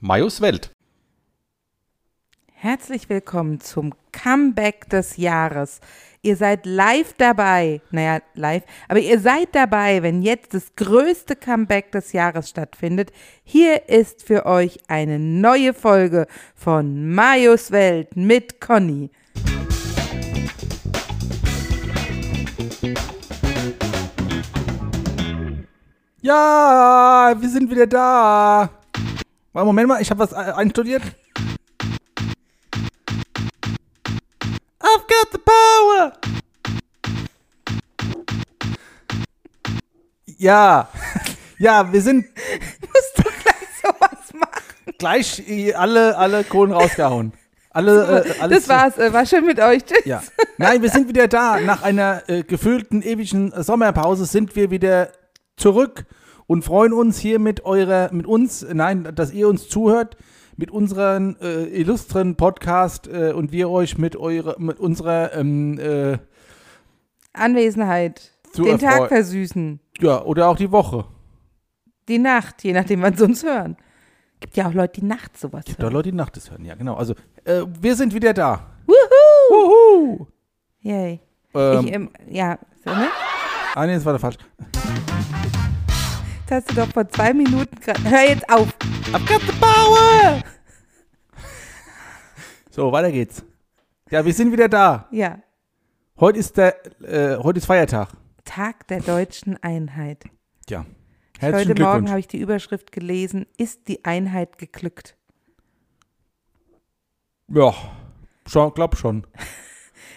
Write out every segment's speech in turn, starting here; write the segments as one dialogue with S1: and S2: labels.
S1: Majos Welt.
S2: Herzlich willkommen zum Comeback des Jahres. Ihr seid live dabei. Naja, live. Aber ihr seid dabei, wenn jetzt das größte Comeback des Jahres stattfindet. Hier ist für euch eine neue Folge von Majos Welt mit Conny.
S1: Ja, wir sind wieder da. Warte, Moment mal, ich habe was ein- einstudiert. I've got the power. Ja, ja, wir sind
S2: Musst du gleich sowas machen?
S1: gleich äh, alle, alle Kohlen rausgehauen. Alle, äh, alles
S2: Das war's. äh, War schön mit euch. Tschüss.
S1: Ja. Nein, wir sind wieder da. Nach einer äh, gefühlten ewigen Sommerpause sind wir wieder zurück und freuen uns hier mit eurer, mit uns, nein, dass ihr uns zuhört, mit unseren äh, illustren Podcast äh, und wir euch mit eurer, mit unserer, ähm, äh,
S2: Anwesenheit.
S1: Zu
S2: Den
S1: erfreuen.
S2: Tag versüßen.
S1: ja, oder auch die Woche.
S2: Die Nacht, je nachdem, wann sie uns hören. Gibt ja auch Leute, die nachts sowas
S1: Da
S2: hören.
S1: Leute, die Nacht ist hören, ja, genau. Also, äh, wir sind wieder da.
S2: Wuhu!
S1: Wuhu!
S2: Yay.
S1: Ähm,
S2: ich, ähm, ja, so, ne?
S1: ah, nee, das war der falsch.
S2: Das hast du doch vor zwei Minuten gerade. Hör jetzt auf.
S1: I've got the power! So, weiter geht's. Ja, wir sind wieder da.
S2: Ja.
S1: Heute ist der, äh, heute ist Feiertag.
S2: Tag der deutschen Einheit.
S1: Ja.
S2: Heute
S1: Herzlichen
S2: Morgen
S1: Glückwunsch.
S2: habe ich die Überschrift gelesen, ist die Einheit geglückt?
S1: ja, schon, glaub schon.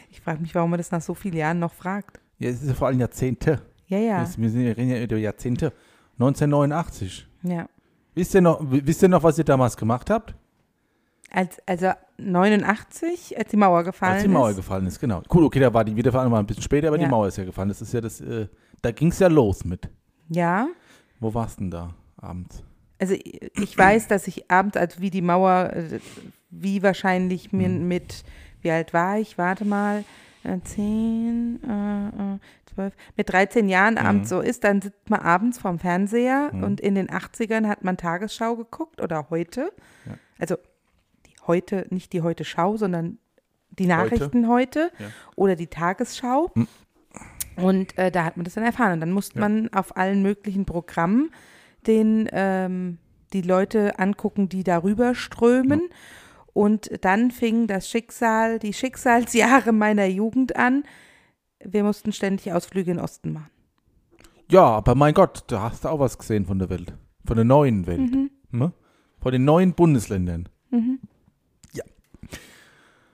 S2: Ich frage mich, warum man das nach so vielen Jahren noch fragt.
S1: Ja, es ist ja vor allem Jahrzehnte.
S2: Ja, ja.
S1: Es- Wir, sind, wir reden ja über Jahrzehnte. 1989.
S2: ja.
S1: Wisst ihr, noch, w- wisst ihr noch, was ihr damals gemacht habt?
S2: Als, also 89, als die Mauer gefallen
S1: Als die Mauer
S2: ist.
S1: gefallen ist, genau. Cool, okay, da war die Wiedervereinigung war ein bisschen später, aber
S2: Ja.
S1: die Mauer ist ja gefallen. Das ist ja das, äh, da ging es ja los mit.
S2: Ja.
S1: Wo warst denn da abends?
S2: Also ich ich weiß, dass ich abends, also wie die Mauer, äh, wie wahrscheinlich mir
S1: Hm.
S2: mit, wie alt war ich, warte mal, äh, 10, äh, äh, 12, mit 13 Jahren
S1: Mhm.
S2: abends so ist, dann sitzt man abends vorm Fernseher
S1: Hm.
S2: und in den 80ern hat man Tagesschau geguckt oder heute.
S1: Ja.
S2: Also die heute, nicht die heute Schau, sondern die
S1: Heute.
S2: Nachrichten heute,
S1: Ja.
S2: oder die Tagesschau.
S1: Hm.
S2: Und äh, da hat man das dann erfahren. Und dann musste
S1: Ja.
S2: man auf allen möglichen Programmen den ähm, die Leute angucken, die darüber strömen. Und dann fing das Schicksal, die Schicksalsjahre meiner Jugend an. Wir mussten ständig Ausflüge in den Osten machen.
S1: Ja, aber mein Gott, da hast du auch was gesehen von der Welt. Von der neuen Welt.
S2: Mhm.
S1: Ne? Von den neuen Bundesländern.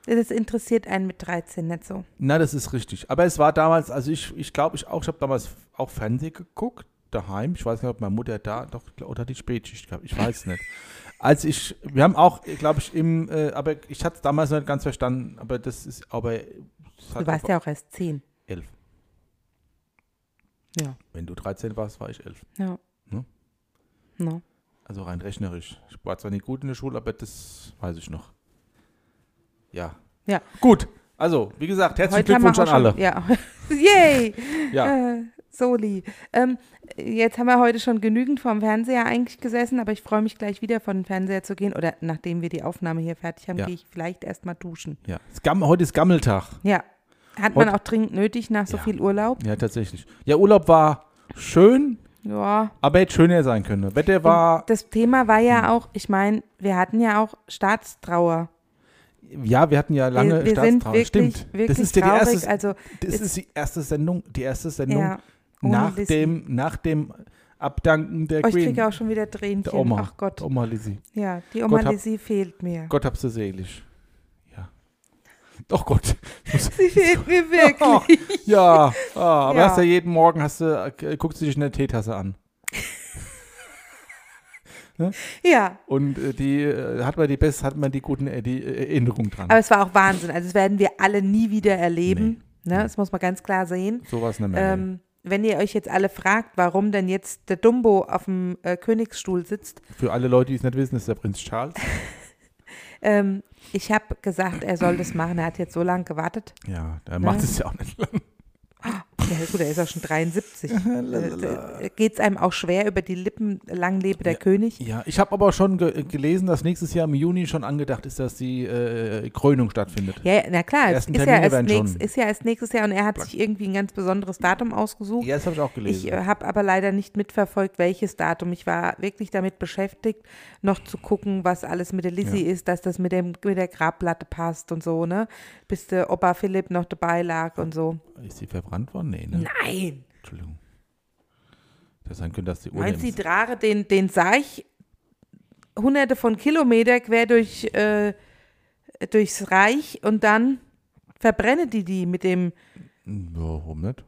S2: Das interessiert einen mit 13 nicht so.
S1: Na, das ist richtig. Aber es war damals, also ich, ich glaube, ich auch, ich habe damals auch Fernsehen geguckt, daheim. Ich weiß nicht, ob meine Mutter da doch oder die Spätschicht gehabt. Ich weiß nicht. Als ich, wir haben auch, glaube ich, im, äh, aber ich hatte es damals noch nicht ganz verstanden, aber das ist, aber das
S2: Du warst ja auch erst 10.
S1: elf.
S2: Ja.
S1: Wenn du 13 warst, war ich elf.
S2: Ja.
S1: Ne?
S2: No.
S1: Also rein rechnerisch. Ich war zwar nicht gut in der Schule, aber das weiß ich noch. Ja.
S2: Ja.
S1: Gut. Also, wie gesagt, herzlichen
S2: haben wir
S1: Glückwunsch an
S2: auch
S1: alle.
S2: schon- Ja. Yay!
S1: Ja.
S2: Äh, Soli. Ähm, jetzt haben wir heute schon genügend vorm Fernseher eigentlich gesessen, aber ich freue mich gleich wieder vor den Fernseher zu gehen. Oder nachdem wir die Aufnahme hier fertig haben,
S1: Ja.
S2: gehe ich vielleicht erstmal duschen.
S1: ja. Scam, heute ist Gammeltag.
S2: Ja. Hat man
S1: Heute-
S2: auch dringend nötig nach so
S1: Ja.
S2: viel Urlaub?
S1: Ja, tatsächlich. Ja, Urlaub war schön,
S2: Ja.
S1: aber hätte schöner sein können. Wetter war, Hm.
S2: Das Thema war ja auch, ich meine, wir hatten ja auch Staatstrauer.
S1: ja, wir hatten ja
S2: wir,
S1: lange
S2: wir sind
S1: Staatstrauer.
S2: wirklich,
S1: Stimmt.
S2: wirklich
S1: das ist ja die
S2: traurig.
S1: erste,
S2: also,
S1: das
S2: es-
S1: ist die erste Sendung, die erste Sendung
S2: ja, ohne
S1: nach
S2: Lissy.
S1: dem, nach dem Abdanken der
S2: Oh, ich
S1: Queen,
S2: kriege auch schon wieder Tränchen.
S1: der Oma,
S2: Ach Gott.
S1: Der Oma Lizzie.
S2: Ja, die
S1: Gott
S2: Oma
S1: hab-
S2: Lizzie fehlt mir.
S1: Gott hab sie selig. Ja. Doch Gott.
S2: Sie fehlt mir wirklich.
S1: ja, ah, aber
S2: Ja.
S1: hast ja jeden Morgen hast du, äh, guckst du dich in der Teetasse an.
S2: Ja,
S1: Und äh, die äh, hat man die best, hat man die guten äh, die äh, Erinnerungen dran.
S2: aber es war auch Wahnsinn. Also, das werden wir alle nie wieder erleben. Ne?
S1: Nee.
S2: Das muss man ganz klar sehen.
S1: Sowas nicht mehr.
S2: Ähm, wenn ihr euch jetzt alle fragt, warum denn jetzt der Dumbo auf dem äh, Königsstuhl sitzt,
S1: Für alle Leute, die es nicht wissen, ist der Prinz Charles.
S2: ähm, ich habe gesagt, er soll das machen. Er hat jetzt so lange gewartet.
S1: Ja, der
S2: macht
S1: macht es ja auch nicht lang.
S2: Ja, gut, er ist auch schon 73. Geht es einem auch schwer über die Lippen, lang lebe der König?
S1: Ja, ich habe aber schon ge gelesen, dass nächstes Jahr im Juni schon angedacht ist, dass die äh, Krönung stattfindet.
S2: Ja, ja, na klar, es
S1: ersten
S2: ist ja,
S1: Termine
S2: erst
S1: werden
S2: nächst,
S1: schon-
S2: ist ja erst nächstes Jahr und er hat sich irgendwie ein ganz besonderes Datum ausgesucht.
S1: Ja, das habe ich auch gelesen.
S2: Ich habe aber leider nicht mitverfolgt, welches Datum. Ich war wirklich damit beschäftigt, noch zu gucken, was alles mit der Lizzie ist, dass das mit, dem, mit der Grabplatte passt und so, ne? Bis der Opa Philipp noch dabei lag und so.
S1: ist sie verbrannt worden? Nee, ne?
S2: Nein!
S1: Entschuldigung. Das sein könnte, dass die Urne
S2: Meinst du, die
S1: im,
S2: Drare, den, den sah ich hunderte von Kilometer quer durch, äh, durchs Reich und dann verbrenne die die mit dem,
S1: Hm, Warum nicht?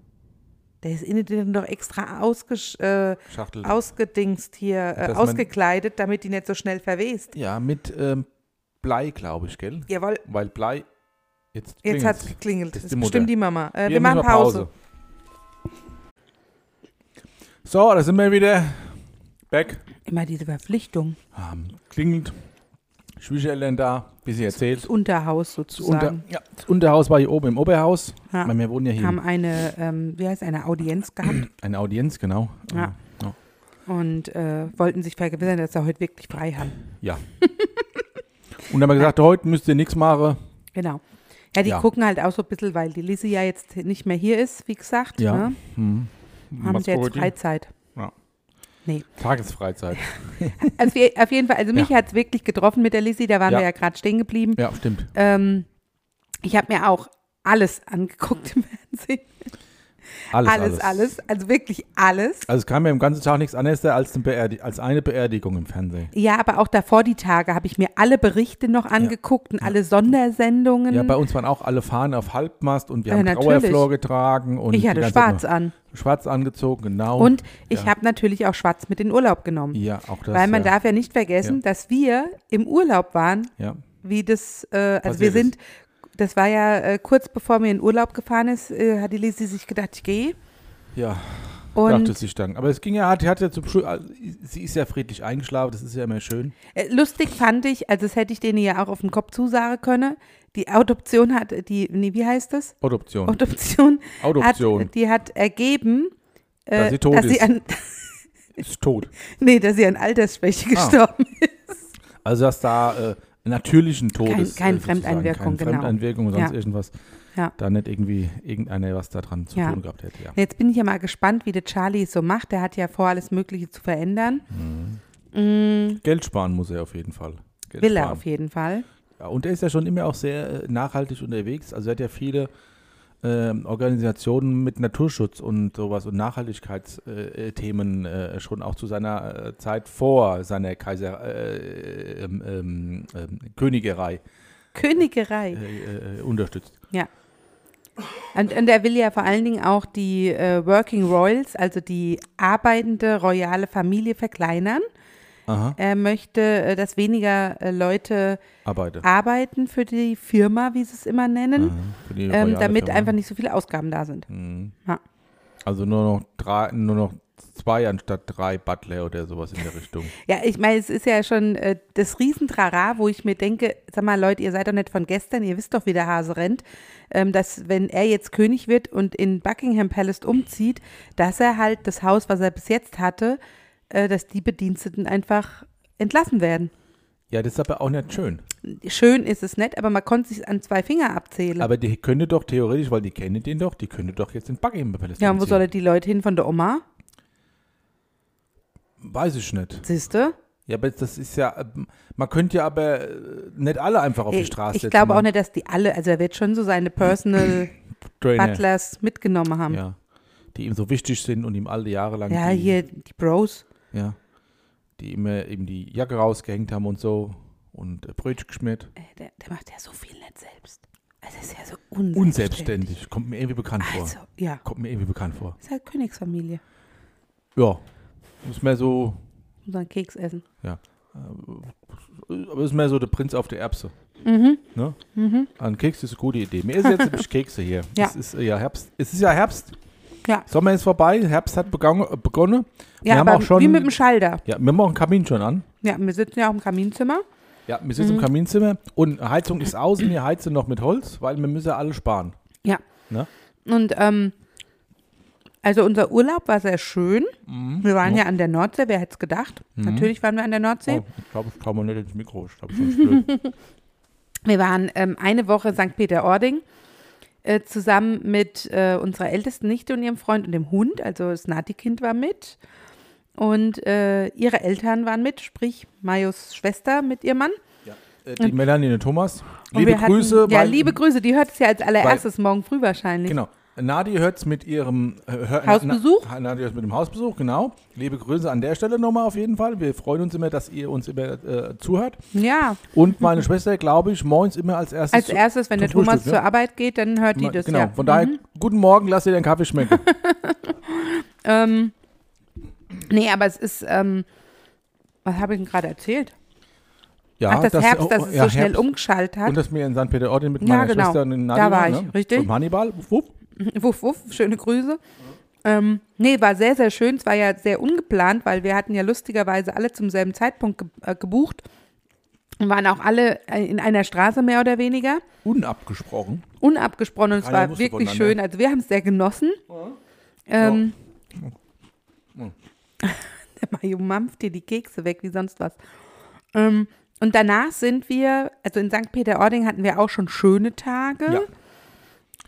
S2: der ist innen drin doch extra ausgesch, äh,
S1: Schachtel.
S2: ausgedingst hier, äh,
S1: Dass man-
S2: ausgekleidet, damit die nicht so schnell verwest.
S1: ja, mit ähm, Blei, glaube ich, gell?
S2: Jawohl,
S1: Weil Blei. Jetzt,
S2: jetzt hat's
S1: klingelt's.
S2: geklingelt. Das
S1: Das ist
S2: ist
S1: die Mutter.
S2: bestimmt die Mama. Äh, wir,
S1: Hier
S2: machen
S1: müssen
S2: Pause.
S1: So, da sind wir wieder. Back.
S2: Immer diese Verpflichtung,
S1: Ähm, klingelt. Schwiegereltern da, wie sie
S2: das
S1: erzählt.
S2: Unterhaus
S1: Das, Unter,
S2: sozusagen.
S1: ja, das Unterhaus war hier oben im Oberhaus.
S2: Ja.
S1: Weil wir wohnen ja hier
S2: Haben eine, ähm, wie heißt eine Audienz gehabt
S1: eine Audienz, genau.
S2: Ja.
S1: Ja.
S2: und äh, wollten sich vergewissern, dass sie heute wirklich frei haben.
S1: ja. Und dann haben wir gesagt, heute müsst ihr nichts machen.
S2: Genau. Ja, die
S1: Ja.
S2: gucken halt auch so ein bisschen, weil die Lizzie ja jetzt nicht mehr hier ist, wie gesagt.
S1: Ja.
S2: Ne?
S1: Hm.
S2: Haben
S1: Was
S2: sie jetzt
S1: wollt ihr?
S2: Freizeit.
S1: Ja.
S2: Nee.
S1: Tagesfreizeit.
S2: Also wir, auf jeden Fall, also mich hat's wirklich getroffen mit der Lizzie, da waren
S1: Ja.
S2: wir ja gerade stehen geblieben.
S1: Ja, stimmt.
S2: Ähm, ich habe mir auch alles angeguckt im Fernsehen.
S1: Alles,
S2: Alles, alles, Also wirklich alles.
S1: Also es kam mir im ganzen Tag nichts anderes als, eine Beerdi- als eine Beerdigung im Fernsehen.
S2: Ja, aber auch davor die Tage habe ich mir alle Berichte noch angeguckt und alle Sondersendungen.
S1: Ja, bei uns waren auch alle Fahnen auf Halbmast und wir
S2: Mhm. Ja,
S1: haben
S2: natürlich.
S1: Trauerflor getragen. Und
S2: ich
S1: die
S2: hatte
S1: ganze Zeit
S2: schwarz
S1: noch
S2: an.
S1: Schwarz angezogen, genau.
S2: Und ich
S1: ja.
S2: habe natürlich auch schwarz mit in Urlaub genommen.
S1: Ja, auch das.
S2: Weil man
S1: ja.
S2: darf ja nicht vergessen,
S1: Ja.
S2: dass wir im Urlaub waren,
S1: Ja,
S2: wie das, äh, also wir
S1: Passiert
S2: sind, das war ja äh, kurz bevor mir in Urlaub gefahren ist, äh, hat die Lisi sich gedacht, ich gehe.
S1: ja dachte
S2: Und
S1: sie dann. Aber es ging ja, hat, hat ja zum Schluss, sie ist ja friedlich eingeschlafen, das ist ja immer schön.
S2: äh, lustig fand ich, also das hätte ich denen ja auch auf den Kopf zusagen können, die Adoption hat, die, nee, wie heißt das?
S1: Adoption.
S2: Adoption.
S1: Adoption.
S2: Hat, die hat ergeben, äh,
S1: Dass sie tot
S2: dass
S1: ist.
S2: Sie an,
S1: ist tot.
S2: nee, dass sie an Altersschwäche
S1: Ah.
S2: gestorben ist.
S1: Also dass da äh, natürlichen Todes.
S2: keine
S1: äh, sozusagen,
S2: Fremdeinwirkung,
S1: keine
S2: genau.
S1: Fremdeinwirkung oder sonst
S2: Ja.
S1: irgendwas.
S2: Ja.
S1: Da nicht irgendwie irgendeiner was daran zu
S2: Ja.
S1: tun gehabt hätte, ja.
S2: Jetzt bin ich ja mal gespannt, wie der Charlie es so macht. Der hat ja vor, alles Mögliche zu verändern.
S1: Geld sparen muss er auf jeden Fall. Geld
S2: Will er
S1: sparen.
S2: auf jeden Fall.
S1: Ja, und er ist ja schon immer auch sehr äh, nachhaltig unterwegs. Also er hat ja viele ähm, Organisationen mit Naturschutz und sowas und Nachhaltigkeitsthemen äh, Themen, äh, schon auch zu seiner äh, Zeit vor seiner Kaiser äh, ähm, ähm, ähm, Königerei
S2: Königerei.
S1: äh, äh, unterstützt.
S2: Ja. Und, und er will ja vor allen Dingen auch die äh, Working Royals, also die arbeitende royale Familie, verkleinern.
S1: Aha,
S2: Er möchte, äh, dass weniger äh, Leute
S1: arbeite.
S2: arbeiten für die Firma, wie sie es immer nennen,
S1: Aha, für die Mhm. royale
S2: ähm, damit
S1: Firma.
S2: einfach nicht so viele Ausgaben da sind.
S1: Mhm.
S2: Ja.
S1: Also nur noch drei, nur noch zwei anstatt drei Butler oder sowas in der Richtung.
S2: Ja, ich meine, es ist ja schon äh, das Riesentrara, wo ich mir denke, sag mal Leute, ihr seid doch nicht von gestern, ihr wisst doch, wie der Hase rennt, ähm, dass wenn er jetzt König wird und in Buckingham Palace umzieht, dass er halt das Haus, was er bis jetzt hatte, äh, dass die Bediensteten einfach entlassen werden.
S1: Ja, das ist aber auch nicht schön.
S2: Schön ist es nett, aber man konnte sich an zwei Finger abzählen.
S1: Aber die könnte doch theoretisch, weil die kennen den doch, die könnte doch jetzt in Buckingham Palace
S2: ja, und wo
S1: umziehen.
S2: soll er die Leute hin von der Oma?
S1: Weiß ich nicht.
S2: Siehste?
S1: Ja, aber das ist ja, ähm, man könnte ja aber äh, nicht alle einfach auf die
S2: Ich,
S1: Straße
S2: ich
S1: setzen,
S2: glaube auch
S1: man-
S2: nicht, dass die alle, also er wird schon so seine Personal
S1: Trainer,
S2: Butlers mitgenommen haben.
S1: Ja, die ihm so wichtig sind und ihm alle Jahre lang
S2: ja
S1: die,
S2: hier die Bros.
S1: ja, die immer eben die Jacke rausgehängt haben und so und äh, Brötchen geschmiert.
S2: Äh, Der, der macht ja so viel nicht selbst. Es ist ja so unselbstständig.
S1: Unselbstständig, kommt mir irgendwie bekannt
S2: Also,
S1: vor.
S2: ja.
S1: Kommt mir irgendwie bekannt vor.
S2: Ist halt Königsfamilie.
S1: Ja, ist mehr so,
S2: Muss man Keks essen.
S1: aber ist mehr so der Prinz auf der Erbse.
S2: Mhm.
S1: Ne?
S2: Mhm.
S1: An Kekse ist eine gute Idee. Mir ist jetzt nämlich Kekse hier.
S2: Ja.
S1: Es ist äh, ja Herbst. Es ist ja Herbst.
S2: Ja.
S1: Sommer ist vorbei, Herbst hat begangen, äh, begonnen. Wir
S2: Ja,
S1: haben
S2: aber
S1: auch schon-
S2: wie mit dem Schalter.
S1: Ja, wir haben auch einen Kamin schon an.
S2: Ja, wir sitzen ja auch im Kaminzimmer.
S1: Ja, wir
S2: Mhm.
S1: sitzen im Kaminzimmer und Heizung ist außen. Wir heizen noch mit Holz, weil wir müssen ja alle sparen.
S2: Ja.
S1: Ne?
S2: Und ähm, Also unser Urlaub war sehr schön.
S1: Mhm.
S2: Wir waren ja an der Nordsee, wer hätte es gedacht? Natürlich waren wir an der Nordsee.
S1: Oh, ich glaube, ich komme nicht ins Mikro. Ich glaube, schon blöd.
S2: Wir waren ähm, eine Woche St. Peter-Ording äh, zusammen mit äh, unserer ältesten Nichte und ihrem Freund und dem Hund. Also das Nati-Kind war mit. Und äh, ihre Eltern waren mit, sprich Majos Schwester mit ihrem Mann.
S1: Äh, Die Melanie und Thomas.
S2: Und
S1: Liebe
S2: wir hatten,
S1: Grüße.
S2: Ja,
S1: weil-
S2: liebe Grüße. Die hört es ja als allererstes morgen früh wahrscheinlich.
S1: Genau. Nadi hört es mit ihrem äh, hör-
S2: Hausbesuch?
S1: Na, Nadi hört mit dem Hausbesuch, genau. Liebe Grüße an der Stelle nochmal auf jeden Fall. Wir freuen uns immer, dass ihr uns immer äh, zuhört.
S2: Ja,
S1: Und meine Schwester, glaube ich, morgens immer als erstes.
S2: als
S1: zu-
S2: erstes, wenn
S1: zum
S2: der Thomas
S1: Frühstück,
S2: zur
S1: ne?
S2: Arbeit geht, dann hört die das
S1: Genau,
S2: ja. Mhm.
S1: von daher, guten Morgen, lass dir den Kaffee schmecken.
S2: Ähm, nee, aber es ist, ähm, was habe ich denn gerade erzählt?
S1: Ja, oh,
S2: Ach, das, Herbst, dass es
S1: ja,
S2: so schnell
S1: Herbst.
S2: umgeschaltet hat.
S1: Und dass wir in St. Peter-Ording mit
S2: Ja,
S1: meiner
S2: genau.
S1: Schwester und in Nadi
S2: Da war
S1: waren,
S2: ich,
S1: ne?
S2: richtig.
S1: Vom Hannibal. Wupp, wupp.
S2: Wuff, wuff, schöne Grüße. Ähm, nee, war sehr, sehr schön. Es war ja sehr ungeplant, weil wir hatten ja lustigerweise alle zum selben Zeitpunkt ge äh, gebucht und waren auch alle äh, in einer Straße mehr oder weniger.
S1: Unabgesprochen.
S2: Unabgesprochen und es
S1: Keiner
S2: war
S1: wusste
S2: wirklich
S1: voneinander.
S2: schön. Also wir haben es sehr genossen. Ähm, Der Mayo mampft dir die Kekse weg wie sonst was. Ähm, und danach sind wir, also in St. Peter-Ording hatten wir auch schon schöne Tage.
S1: Ja.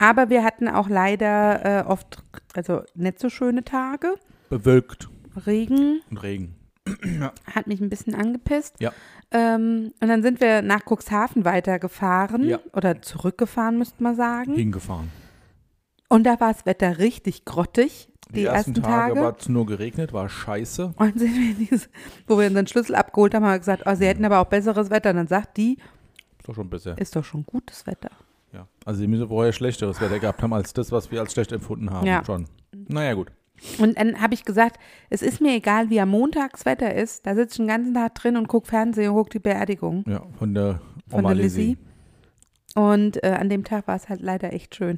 S2: Aber wir hatten auch leider äh, oft, also nicht so schöne Tage.
S1: Bewölkt
S2: Regen
S1: und Regen.
S2: hat mich ein bisschen angepisst.
S1: Ja.
S2: Ähm, und dann sind wir nach Cuxhaven weitergefahren
S1: Ja.
S2: oder zurückgefahren, müsste man sagen.
S1: Hingefahren.
S2: Und da war das Wetter richtig grottig, die, ersten, Tage.
S1: war es nur geregnet, war scheiße.
S2: und sind wir in dieses, wo wir unseren Schlüssel abgeholt haben, haben wir gesagt, oh, sie hätten aber auch besseres Wetter. Und dann sagt die,
S1: Ist doch schon besser.
S2: ist doch schon gutes Wetter.
S1: Ja. Also sie müssen vorher schlechteres Wetter gehabt haben als das, was wir als schlecht empfunden haben.
S2: Ja.
S1: Schon. Naja, gut.
S2: Und dann habe ich gesagt, es ist mir egal, wie am Montag das Wetter ist. Da sitze ich den ganzen Tag drin und gucke Fernsehen und gucke die Beerdigung
S1: Ja, von der
S2: von
S1: Oma
S2: der Lizzie. Und äh, an dem Tag war es halt leider echt schön.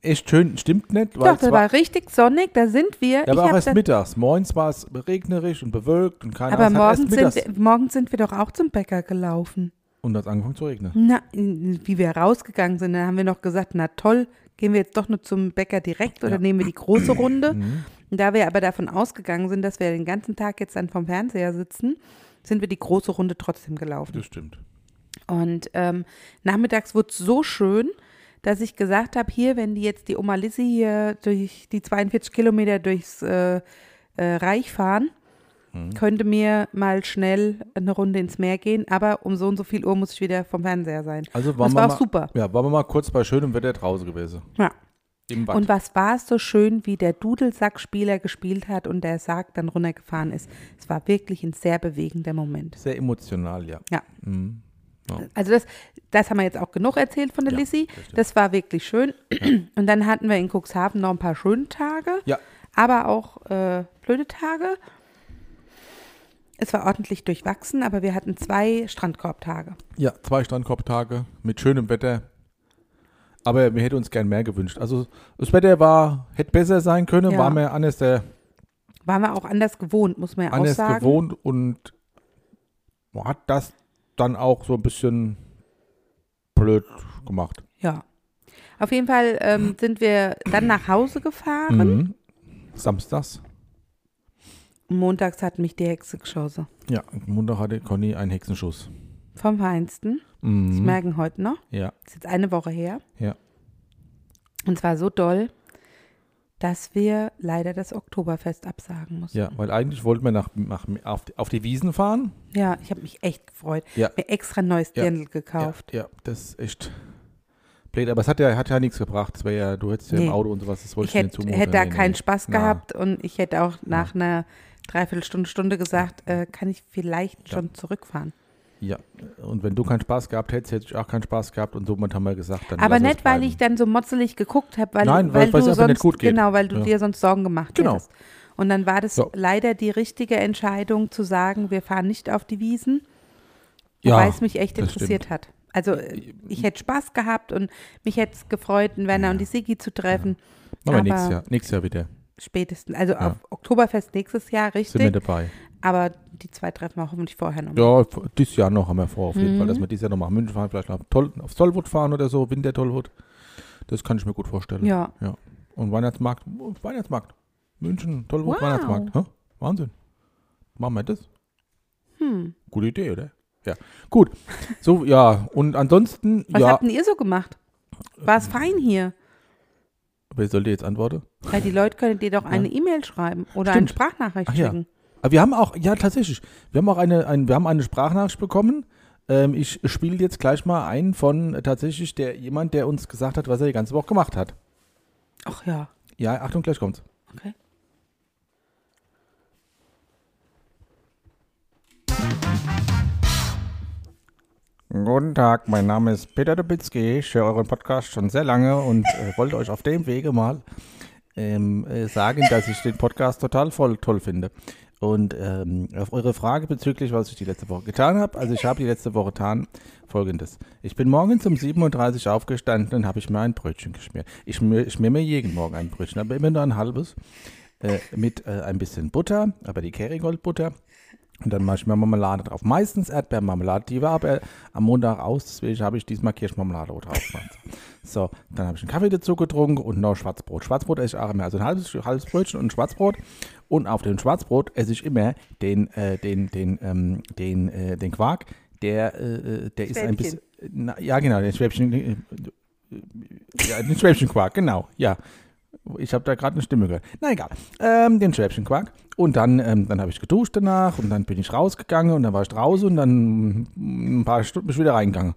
S1: Echt schön, stimmt nicht. Weil
S2: Doch,
S1: es
S2: das war richtig sonnig, da sind wir.
S1: ja, aber
S2: Ich
S1: auch
S2: hab
S1: erst
S2: dann-
S1: mittags. Morgens war es regnerisch und bewölkt und keine
S2: aber
S1: Ahnung. es hat erst
S2: morgen
S1: mittags-
S2: sind, morgen sind wir doch auch zum Bäcker gelaufen.
S1: Und hat angefangen zu regnen.
S2: Na, wie wir rausgegangen sind, dann haben wir noch gesagt, na toll, gehen wir jetzt doch nur zum Bäcker direkt oder
S1: Ja.
S2: nehmen wir die große Runde. Und da wir aber davon ausgegangen sind, dass wir den ganzen Tag jetzt dann vom Fernseher sitzen, sind wir die große Runde trotzdem gelaufen.
S1: Das stimmt.
S2: Und ähm, nachmittags wurde es so schön, dass ich gesagt habe, hier, wenn die jetzt die Oma Lissi hier durch die 42 Kilometer durchs äh, äh, Reich fahren,
S1: Mhm.
S2: könnte mir mal schnell eine Runde ins Meer gehen, aber um so und so viel Uhr muss ich wieder vom Fernseher sein.
S1: Also waren
S2: das
S1: wir
S2: war auch
S1: mal,
S2: super.
S1: Ja, waren wir mal kurz bei schönem Wetter draußen gewesen.
S2: Ja.
S1: Im Watt.
S2: Und was war es so schön, wie der Dudelsackspieler gespielt hat und der Sarg dann runtergefahren ist. Es war wirklich ein sehr bewegender Moment.
S1: Sehr emotional, ja.
S2: Ja.
S1: Mhm.
S2: Also das, das haben wir jetzt auch genug erzählt von der
S1: Ja,
S2: Lissy.
S1: das stimmt.
S2: Das war wirklich schön. Und dann hatten wir in Cuxhaven noch ein paar schöne Tage,
S1: Ja,
S2: aber auch äh, blöde Tage. Es war ordentlich durchwachsen, aber wir hatten zwei Strandkorbtage.
S1: ja, zwei Strandkorbtage mit schönem Wetter. Aber wir hätten uns gern mehr gewünscht. Also das Wetter war, hätte besser sein können,
S2: Ja.
S1: war mir anders, der,
S2: Waren wir auch anders gewohnt, muss man ja auch
S1: anders
S2: sagen.
S1: gewohnt und man hat das dann auch so ein bisschen blöd gemacht.
S2: Ja. Auf jeden Fall ähm, sind wir dann nach Hause gefahren.
S1: Hm. Mhm. Samstags.
S2: Montags hat mich die Hexe geschossen.
S1: Ja, am Montag hatte Conny einen Hexenschuss.
S2: Vom Feinsten. Das
S1: Mhm.
S2: merken heute noch.
S1: Ja,
S2: Ist jetzt eine Woche her.
S1: ja.
S2: Und zwar so doll, dass wir leider das Oktoberfest absagen mussten.
S1: Ja, weil eigentlich wollten wir nach, nach, auf, die- auf die Wiesen fahren.
S2: Ja, ich habe mich echt gefreut.
S1: Ja.
S2: Mir extra ein neues
S1: Ja.
S2: Dirndl gekauft.
S1: Ja, ja, das ist echt blöd. Aber es hat ja, hat ja nichts gebracht. Es wär ja, du hättest ja
S2: Nee.
S1: im Auto und sowas, das wollte
S2: Ich
S1: ich, nicht
S2: hätte
S1: zumuten.
S2: hätt da
S1: Nee, nee.
S2: keinen Spaß
S1: Na.
S2: gehabt und ich hätte auch nach einer Dreiviertelstunde, Stunde gesagt, äh, kann ich vielleicht
S1: Ja.
S2: schon zurückfahren.
S1: Ja, und wenn du keinen Spaß gehabt hättest, hätte ich auch keinen Spaß gehabt. Und somit haben wir gesagt, dann
S2: Aber
S1: lass es
S2: nicht, weil
S1: bleiben.
S2: ich dann so motzelig geguckt habe, weil,
S1: Nein,
S2: weil,
S1: weil- weil es
S2: du
S1: einfach
S2: sonst,
S1: nicht gut geht.
S2: Genau, weil du
S1: Ja.
S2: dir sonst Sorgen gemacht
S1: Genau.
S2: hättest. Und dann war das
S1: So.
S2: leider die richtige Entscheidung zu sagen, wir fahren nicht auf die Wiesen,
S1: Ja,
S2: wobei es mich echt
S1: das
S2: interessiert hat. Also äh, ich hätte Spaß gehabt und mich hätte es gefreut, den Werner und die Sigi zu treffen.
S1: Machen wir
S2: Aber
S1: nächstes Jahr, nächstes Jahr wieder.
S2: spätestens, also auf Oktoberfest nächstes Jahr,
S1: Sind wir
S2: richtig.
S1: dabei.
S2: Aber die zwei treffen wir hoffentlich vorher noch.
S1: Ja, f- dieses Jahr noch haben wir vor, auf jeden Fall, dass
S3: Mhm.
S1: wir dieses Jahr noch mal nach München fahren, vielleicht noch auf, Toll, auf Solwood fahren oder so, Winter Tollwood. Das kann ich mir gut vorstellen.
S2: Ja.
S1: ja. Und Weihnachtsmarkt, oh, Weihnachtsmarkt. München, Tollwut,
S3: Wow.
S1: Weihnachtsmarkt. Hä? Wahnsinn. Machen wir das?
S3: Hm.
S1: Gute Idee, oder? Ja. Gut. So, ja. Und ansonsten,
S3: Was
S1: ja. Äh.
S3: habt denn ihr so gemacht? War es fein hier?
S1: Wer sollte jetzt antworten?
S3: Weil die Leute können dir doch eine E-Mail schreiben oder eine
S1: Stimmt.
S3: Sprachnachricht
S1: Ach ja. Aber
S3: schicken.
S1: Ah, wir haben auch, ja tatsächlich, wir haben auch eine, ein, wir haben eine Sprachnachricht bekommen. Ähm, ich spiele jetzt gleich mal ein von äh, tatsächlich der jemand, der uns gesagt hat, was er die ganze Woche gemacht hat.
S3: Ach ja.
S1: Ja, Achtung, gleich kommt's.
S3: Okay.
S1: Guten Tag, mein Name ist Peter Dubitzky. Ich höre euren Podcast schon sehr lange und äh, wollte euch auf dem Wege mal ähm, äh, sagen, dass ich den Podcast total voll toll finde. Und ähm, auf eure Frage bezüglich, was ich die letzte Woche getan habe, also ich habe die letzte Woche getan folgendes. Ich bin morgens um 7.30 Uhr aufgestanden und habe ich mir ein Brötchen geschmiert. Ich schmier, ich schmier mir jeden Morgen ein Brötchen, aber immer nur ein halbes äh, mit äh, ein bisschen Butter, aber die Kerrygold-Butter. Und dann mache ich mir Marmelade drauf. Meistens Erdbeermarmelade, die war aber am Montag aus, deswegen habe ich diesmal Kirschmarmelade drauf gemacht. So, dann habe ich einen Kaffee dazu getrunken und noch Schwarzbrot. Schwarzbrot esse ich auch immer, also ein halbes, halbes Brötchen und ein Schwarzbrot. Und auf dem Schwarzbrot esse ich immer den, äh, den, den, ähm, den, äh, den Quark, der, äh, der ist ein bisschen,
S2: Schwäbchen.
S1: na, ja genau, den Schwäbchen, äh, ja, den Schwäbchenquark, genau, ja. Ich habe da gerade eine Stimme gehört. Na egal. Ähm, den Schwäbchenquark. Und dann, ähm, dann habe ich geduscht danach und dann bin ich rausgegangen und dann war ich draußen und dann mm, ein paar Stunden bin ich wieder reingegangen.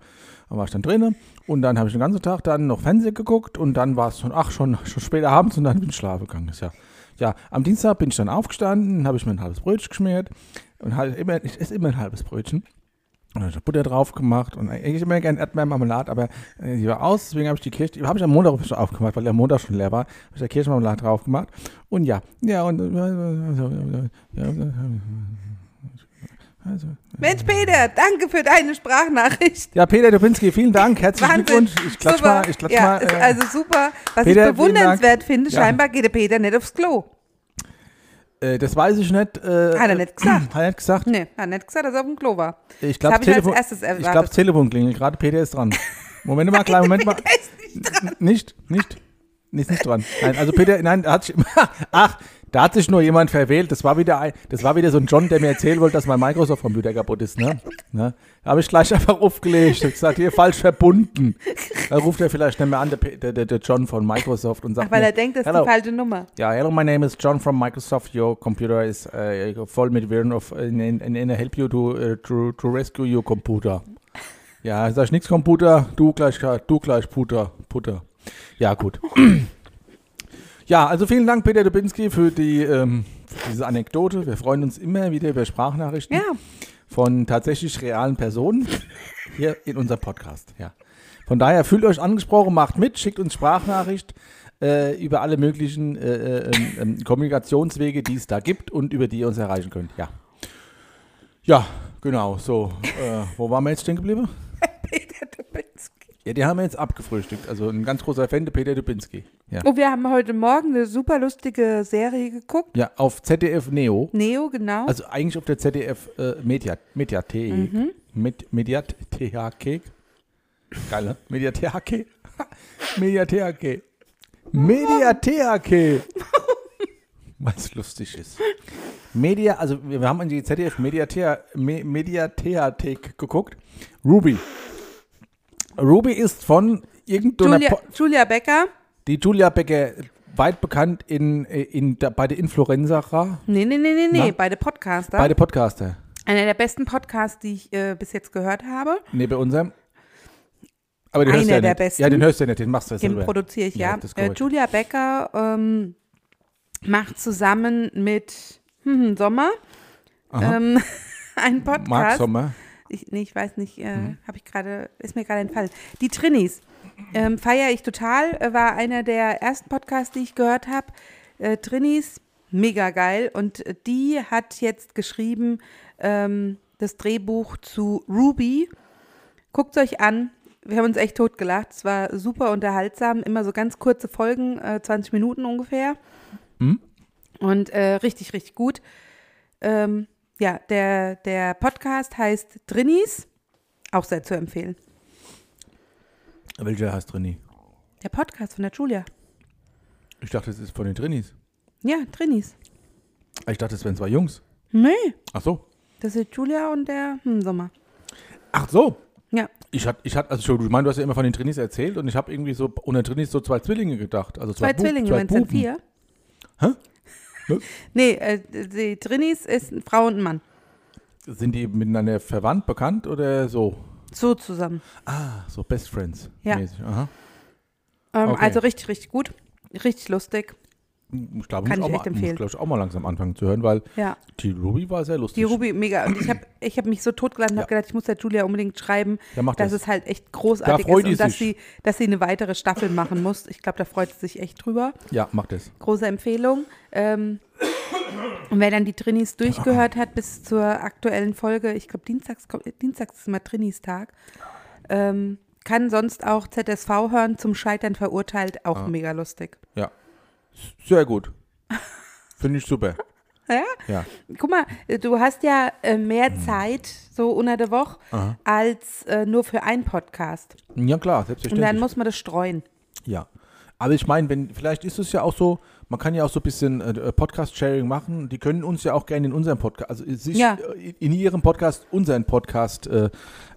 S1: Dann war ich dann drinnen und dann habe ich den ganzen Tag dann noch Fernsehen geguckt und dann war es schon, ach, schon, schon später abends und dann bin ich schlafen gegangen. Ist ja. Ja, am Dienstag bin ich dann aufgestanden, habe ich mir ein halbes Brötchen geschmiert und halt immer, ich esse immer ein halbes Brötchen. Und dann hab ich Butter drauf gemacht und eigentlich immer gerne Erdbeermarmelade, aber äh, die war aus, deswegen habe ich die Kirsch, habe ich am Montag schon aufgemacht, weil der Montag schon leer war, habe ich da Kirschmarmelade drauf gemacht und ja, ja und äh, äh, also.
S2: Mensch, Peter, danke für deine Sprachnachricht.
S1: ja Peter Dubinski, vielen Dank, herzlichen
S2: Wahnsinn.
S1: Glückwunsch, ich klatsch
S2: super.
S1: mal, ich klatsch
S2: ja,
S1: mal,
S2: ist
S1: äh,
S2: also super. Was
S1: Peter,
S2: ich
S1: vielen
S2: bewundernswert
S1: Dank.
S2: finde,
S1: Ja.
S2: scheinbar geht der Peter nicht aufs Klo.
S1: äh, das weiß ich nicht, äh,
S2: Hat er nicht gesagt.
S1: hat er nicht gesagt,
S2: Nee, hat nicht gesagt, dass er auf dem Klo war.
S1: ich glaube
S2: Das hab ich
S1: das
S2: als
S1: Telefon,
S2: erstes
S1: ich
S2: erwartet.
S1: glaube das Telefon klingelt gerade, Peter ist dran, Moment mal, kleinen Ah, Moment mal,
S2: Er ist nicht dran.
S1: Nicht, nicht, nicht, nicht dran. Nein, also Peter, nein, da hat sich, ach, da hat sich nur jemand verwählt. Das war wieder ein, das war wieder so ein John, der mir erzählen wollte, dass mein Microsoft-Computer kaputt ist, ne? ne? Da habe ich gleich einfach aufgelegt und gesagt, hier falsch verbunden. Da ruft er vielleicht nicht mehr an, der, Pe- der, der, der John von Microsoft und sagt,
S2: Ach, weil
S1: mir,
S2: er denkt, das ist
S1: hello.
S2: die falsche Nummer.
S1: Ja, hello, my name is John from Microsoft. Your computer is uh, voll mit Viren of, and, and, and I help you to, äh, to, to rescue your computer. Ja, sag ich nichts Computer, du gleich, äh, du gleich Puter, Putter. Ja, gut. Ja, also vielen Dank, Peter Dubinski, für, die, ähm, für diese Anekdote. Wir freuen uns immer wieder über Sprachnachrichten
S3: Ja.
S1: von tatsächlich realen Personen hier in unserem Podcast. Ja. Von daher fühlt euch angesprochen, macht mit, schickt uns Sprachnachricht äh, über alle möglichen äh, äh, ähm, ähm, Kommunikationswege, die es da gibt und über die ihr uns erreichen könnt. Ja, ja genau. So, äh, wo waren wir jetzt stehen geblieben?
S2: Peter Dubitzky.
S1: Ja, die haben wir jetzt abgefrühstückt. Also ein ganz großer Fan, der Peter Dubinski. Ja.
S2: Und Oh, wir haben heute Morgen eine super lustige Serie geguckt.
S1: ja, auf ZDF Neo.
S2: Neo, genau.
S1: Also eigentlich auf der ZDF äh, Media, Mediathek. Mit, Mediathek. Geil, ne? Mediathek. Mediathek. Mediathek. Was lustig ist. Media, also wir wir haben in die ZDF Mediathea, Me, Mediathek geguckt. Ruby. Ruby ist von irgendeiner
S2: Julia,
S1: Po-
S2: Julia Becker.
S1: die Julia Becker weit bekannt in, äh, in, in bei der Influencerer,
S2: Nee, nee, nee, nee, nee.
S1: Na?
S2: Beide Podcaster.
S1: bei der Podcaster.
S2: Einer der besten Podcasts, die ich äh, bis jetzt gehört habe.
S1: Nee, bei unserem. Aber den hörst du ja
S2: Einer der
S1: nicht.
S2: besten.
S1: Ja, den hörst du ja nicht, den machst du ja
S2: Den
S1: selber.
S2: produziere ich,
S1: Ja,
S2: ja.
S1: das ist
S2: äh,
S1: korrekt.
S2: Julia Becker ähm, macht zusammen mit hm, Sommer
S1: Aha.
S2: ähm, einen Podcast.
S1: Marc Sommer.
S2: Ich, nee, ich weiß nicht, äh, habe ich gerade, ist mir gerade entfallen. Die Trinis. Ähm, Feiere ich total, äh, war einer der ersten Podcasts, die ich gehört habe. Äh, Trinis, mega geil. Und äh, die hat jetzt geschrieben ähm, das Drehbuch zu Ruby. Guckt euch an. Wir haben uns echt totgelacht. Es war super unterhaltsam. Immer so ganz kurze Folgen, äh, 20 Minuten ungefähr.
S1: Hm?
S2: Und äh, richtig, richtig gut. Ähm, ja, der, der Podcast heißt Drinis, auch sehr zu empfehlen.
S1: Welcher heißt René?
S2: Der Podcast von der Julia.
S1: Ich dachte, das ist von den Trinis.
S2: Ja, Trinis.
S1: Ich dachte, das wären zwei Jungs.
S2: Nee,
S1: Ach so.
S2: das ist Julia und der hm, Sommer.
S1: Ach so.
S2: Ja,
S1: Ich hatte, ich hatte, also Entschuldigung, ich meine, du hast ja immer von den Trinis erzählt und ich habe irgendwie so unter Trinis so zwei Zwillinge gedacht. Also
S2: zwei
S1: zwei, Bu-
S2: Zwillinge,
S1: zwei
S2: meinst du
S1: Buben.
S2: vier?
S1: Hä?
S2: Nee, äh, die Trinis ist eine Frau und ein Mann.
S1: Sind die miteinander verwandt, bekannt oder so?
S2: So zusammen.
S1: Ah, so Best Friends.
S2: Ja.
S1: Mäßig. Aha.
S2: Ähm,
S1: Okay.
S2: Also richtig, richtig gut. Richtig lustig.
S1: Ich glaube,
S2: Kann
S1: muss,
S2: ich echt
S1: auch mal- muss
S2: empfehlen.
S1: glaub ich auch mal langsam anfangen zu hören, weil
S2: Ja.
S1: die Ruby war sehr lustig.
S2: Die Ruby, mega. Und ich habe ich hab mich so totgeladen und habe
S1: Ja.
S2: gedacht, ich muss der Julia unbedingt schreiben,
S1: Ja, mach
S2: dass
S1: das.
S2: es halt echt
S1: Da
S2: großartig
S1: freut
S2: ist
S1: die
S2: und dass
S1: sich.
S2: sie, dass sie eine weitere Staffel machen muss. Ich glaube, da freut sie sich echt drüber.
S1: Ja, mach das.
S2: Große Empfehlung. Ähm, und wer dann die Trinis durchgehört hat bis zur aktuellen Folge, ich glaube, Dienstags, kommt- Dienstags ist immer Trinis-Tag, ähm, kann sonst auch ZSV hören, zum Scheitern verurteilt,
S1: Ah.
S2: auch mega lustig.
S1: Ja. Sehr gut. Finde ich super.
S2: Ja?
S1: Ja.
S2: Guck mal, du hast ja äh,
S1: Hm.
S2: mehr Zeit, so unter der Woche, als äh, nur für einen Podcast.
S1: Ja, klar,
S2: Und dann
S1: selbstverständlich.
S2: muss man das streuen.
S1: ja. Aber ich meine, wenn, vielleicht ist es ja auch so, man kann ja auch so ein bisschen äh, Podcast-Sharing machen. Die können uns ja auch gerne in unserem Podcast, also sich
S2: Ja.
S1: äh, in ihrem Podcast unseren Podcast, äh, äh,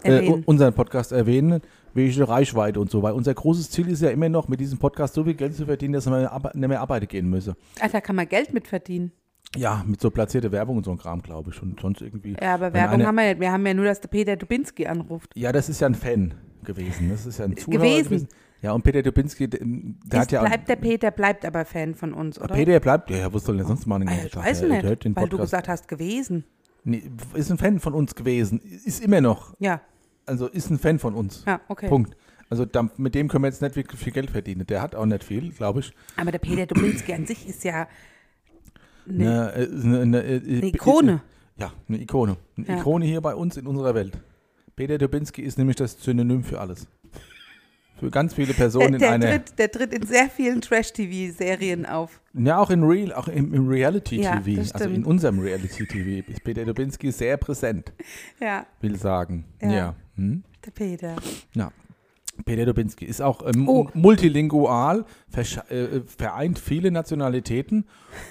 S2: Erwähnen.
S1: unseren Podcast erwähnen, welche Reichweite und so. Weil unser großes Ziel ist ja immer noch, mit diesem Podcast so viel Geld zu verdienen, dass man arbe- nicht mehr arbeiten gehen müsse.
S2: Ah, da kann man Geld mit verdienen.
S1: Ja, mit so platzierte Werbung und so ein Kram, glaube ich. Und sonst irgendwie.
S2: Ja, aber
S1: wenn
S2: Werbung
S1: einer-
S2: haben wir ja. Wir haben ja nur, dass der Peter Dubinski anruft.
S1: Ja, das ist ja ein Fan gewesen. Das ist ja ein Zuhörer gewesen.
S2: Gewesen.
S1: Ja, und Peter Dubinski, der, der hat
S2: Ist,
S1: ja.
S2: bleibt der Peter, bleibt aber Fan von uns, oder?
S1: Peter bleibt, ja, ja, was soll denn sonst machen?
S2: Ah, ja, ich weiß
S1: der,
S2: nicht,
S1: der hört den
S2: weil du
S1: Podcast.
S2: gesagt hast, gewesen.
S1: nee, ist ein Fan von uns gewesen. Ist immer noch.
S2: Ja,
S1: Also ist ein Fan von uns.
S2: ja, Ah, okay.
S1: Punkt. Also da, mit dem können wir jetzt nicht wirklich viel Geld verdienen. Der hat auch nicht viel, glaube ich.
S2: Aber der Peter Dubinski an sich ist ja Nee.
S1: Eine, äh, ist eine, eine, äh,
S2: eine Ikone.
S1: Ja, eine Ikone. Eine
S2: Ja.
S1: Ikone hier bei uns in unserer Welt. Peter Dubinski ist nämlich das Synonym für alles. Für ganz viele
S2: Der,
S1: Personen in
S2: der,
S1: einer.
S2: tritt, der tritt in sehr vielen Trash-TV-Serien auf.
S1: Ja, auch in Real, auch im, im Reality
S2: Ja,
S1: TV,
S2: das
S1: also in
S2: stimmt.
S1: unserem Reality TV ist Peter Dubinski sehr präsent,
S2: Ja,
S1: will sagen. Ja.
S2: Ja.
S1: Hm?
S2: der Peter.
S1: ja. Peter Dubinski ist auch ähm,
S2: Oh.
S1: multilingual, versch- äh, vereint viele Nationalitäten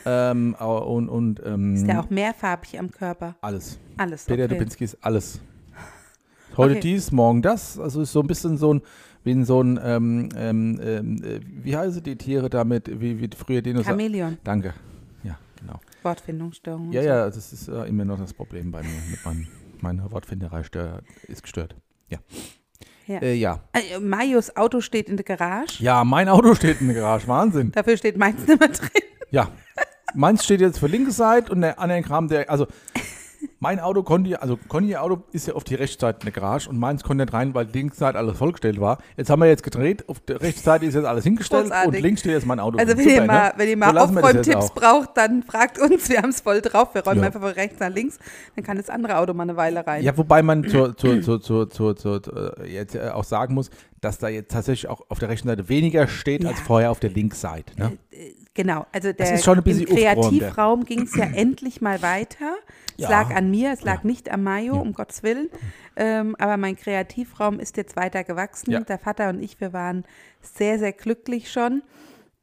S1: ähm, au- und, und ähm,
S2: Ist ja auch mehrfarbig am Körper.
S1: alles.
S2: Alles.
S1: Peter
S2: okay.
S1: Dubinski ist alles. Heute
S2: Okay.
S1: dies, morgen das. Also ist so ein bisschen so ein, wie in so ein, ähm, ähm, ähm, äh, wie heißen die Tiere damit, wie, wie früher Dinosaurier.
S2: Chamäleon.
S1: Danke. Ja, genau.
S2: Wortfindungsstörung. und
S1: Ja,
S2: so.
S1: ja, das ist äh, immer noch das Problem bei mir. Mit meinem, meine Wortfinderei stör, ist gestört. Ja.
S2: Ja.
S1: Äh, ja.
S2: Äh, Marios Auto steht in der Garage.
S1: Ja, mein Auto steht in der Garage. Wahnsinn.
S2: Dafür steht meins nicht mehr drin.
S1: Ja. Meins steht jetzt für linke Seite und der andere Kram, der, also mein Auto konnte ja, also Conny, ihr Auto ist ja auf die rechte Seite in der Garage und meins konnte nicht rein, weil die linke Seite alles vollgestellt war. Jetzt haben wir jetzt gedreht, auf der rechten Seite ist jetzt alles hingestellt und
S2: Großartig.
S1: links steht jetzt mein Auto.
S2: Also wenn,
S1: Super,
S2: ihr mal,
S1: ne?
S2: wenn ihr
S1: So
S2: mal
S1: lassen wir das jetzt
S2: Aufräumtipps
S1: auch.
S2: braucht, dann fragt uns. Wir haben es voll drauf. Wir räumen
S1: Ja.
S2: einfach von rechts nach links. Dann kann das andere Auto mal eine Weile rein.
S1: Ja, wobei man zur, zur, zur, zur, zur, zur, zur, äh, jetzt äh, auch sagen muss, dass da jetzt tatsächlich auch auf der rechten Seite weniger steht als
S2: Ja.
S1: vorher auf der linken Seite. Ne?
S2: Genau, also der
S1: ist schon ein bisschen
S2: im
S1: aufgeräumter.
S2: Kreativraum ging es ja endlich mal weiter. Es
S1: Ja.
S2: lag an mir, es lag
S1: Ja.
S2: nicht am Mayo, um Gottes Willen. Ähm, aber mein Kreativraum ist jetzt weiter gewachsen.
S1: Ja.
S2: Der Vater und ich, wir waren sehr, sehr glücklich schon,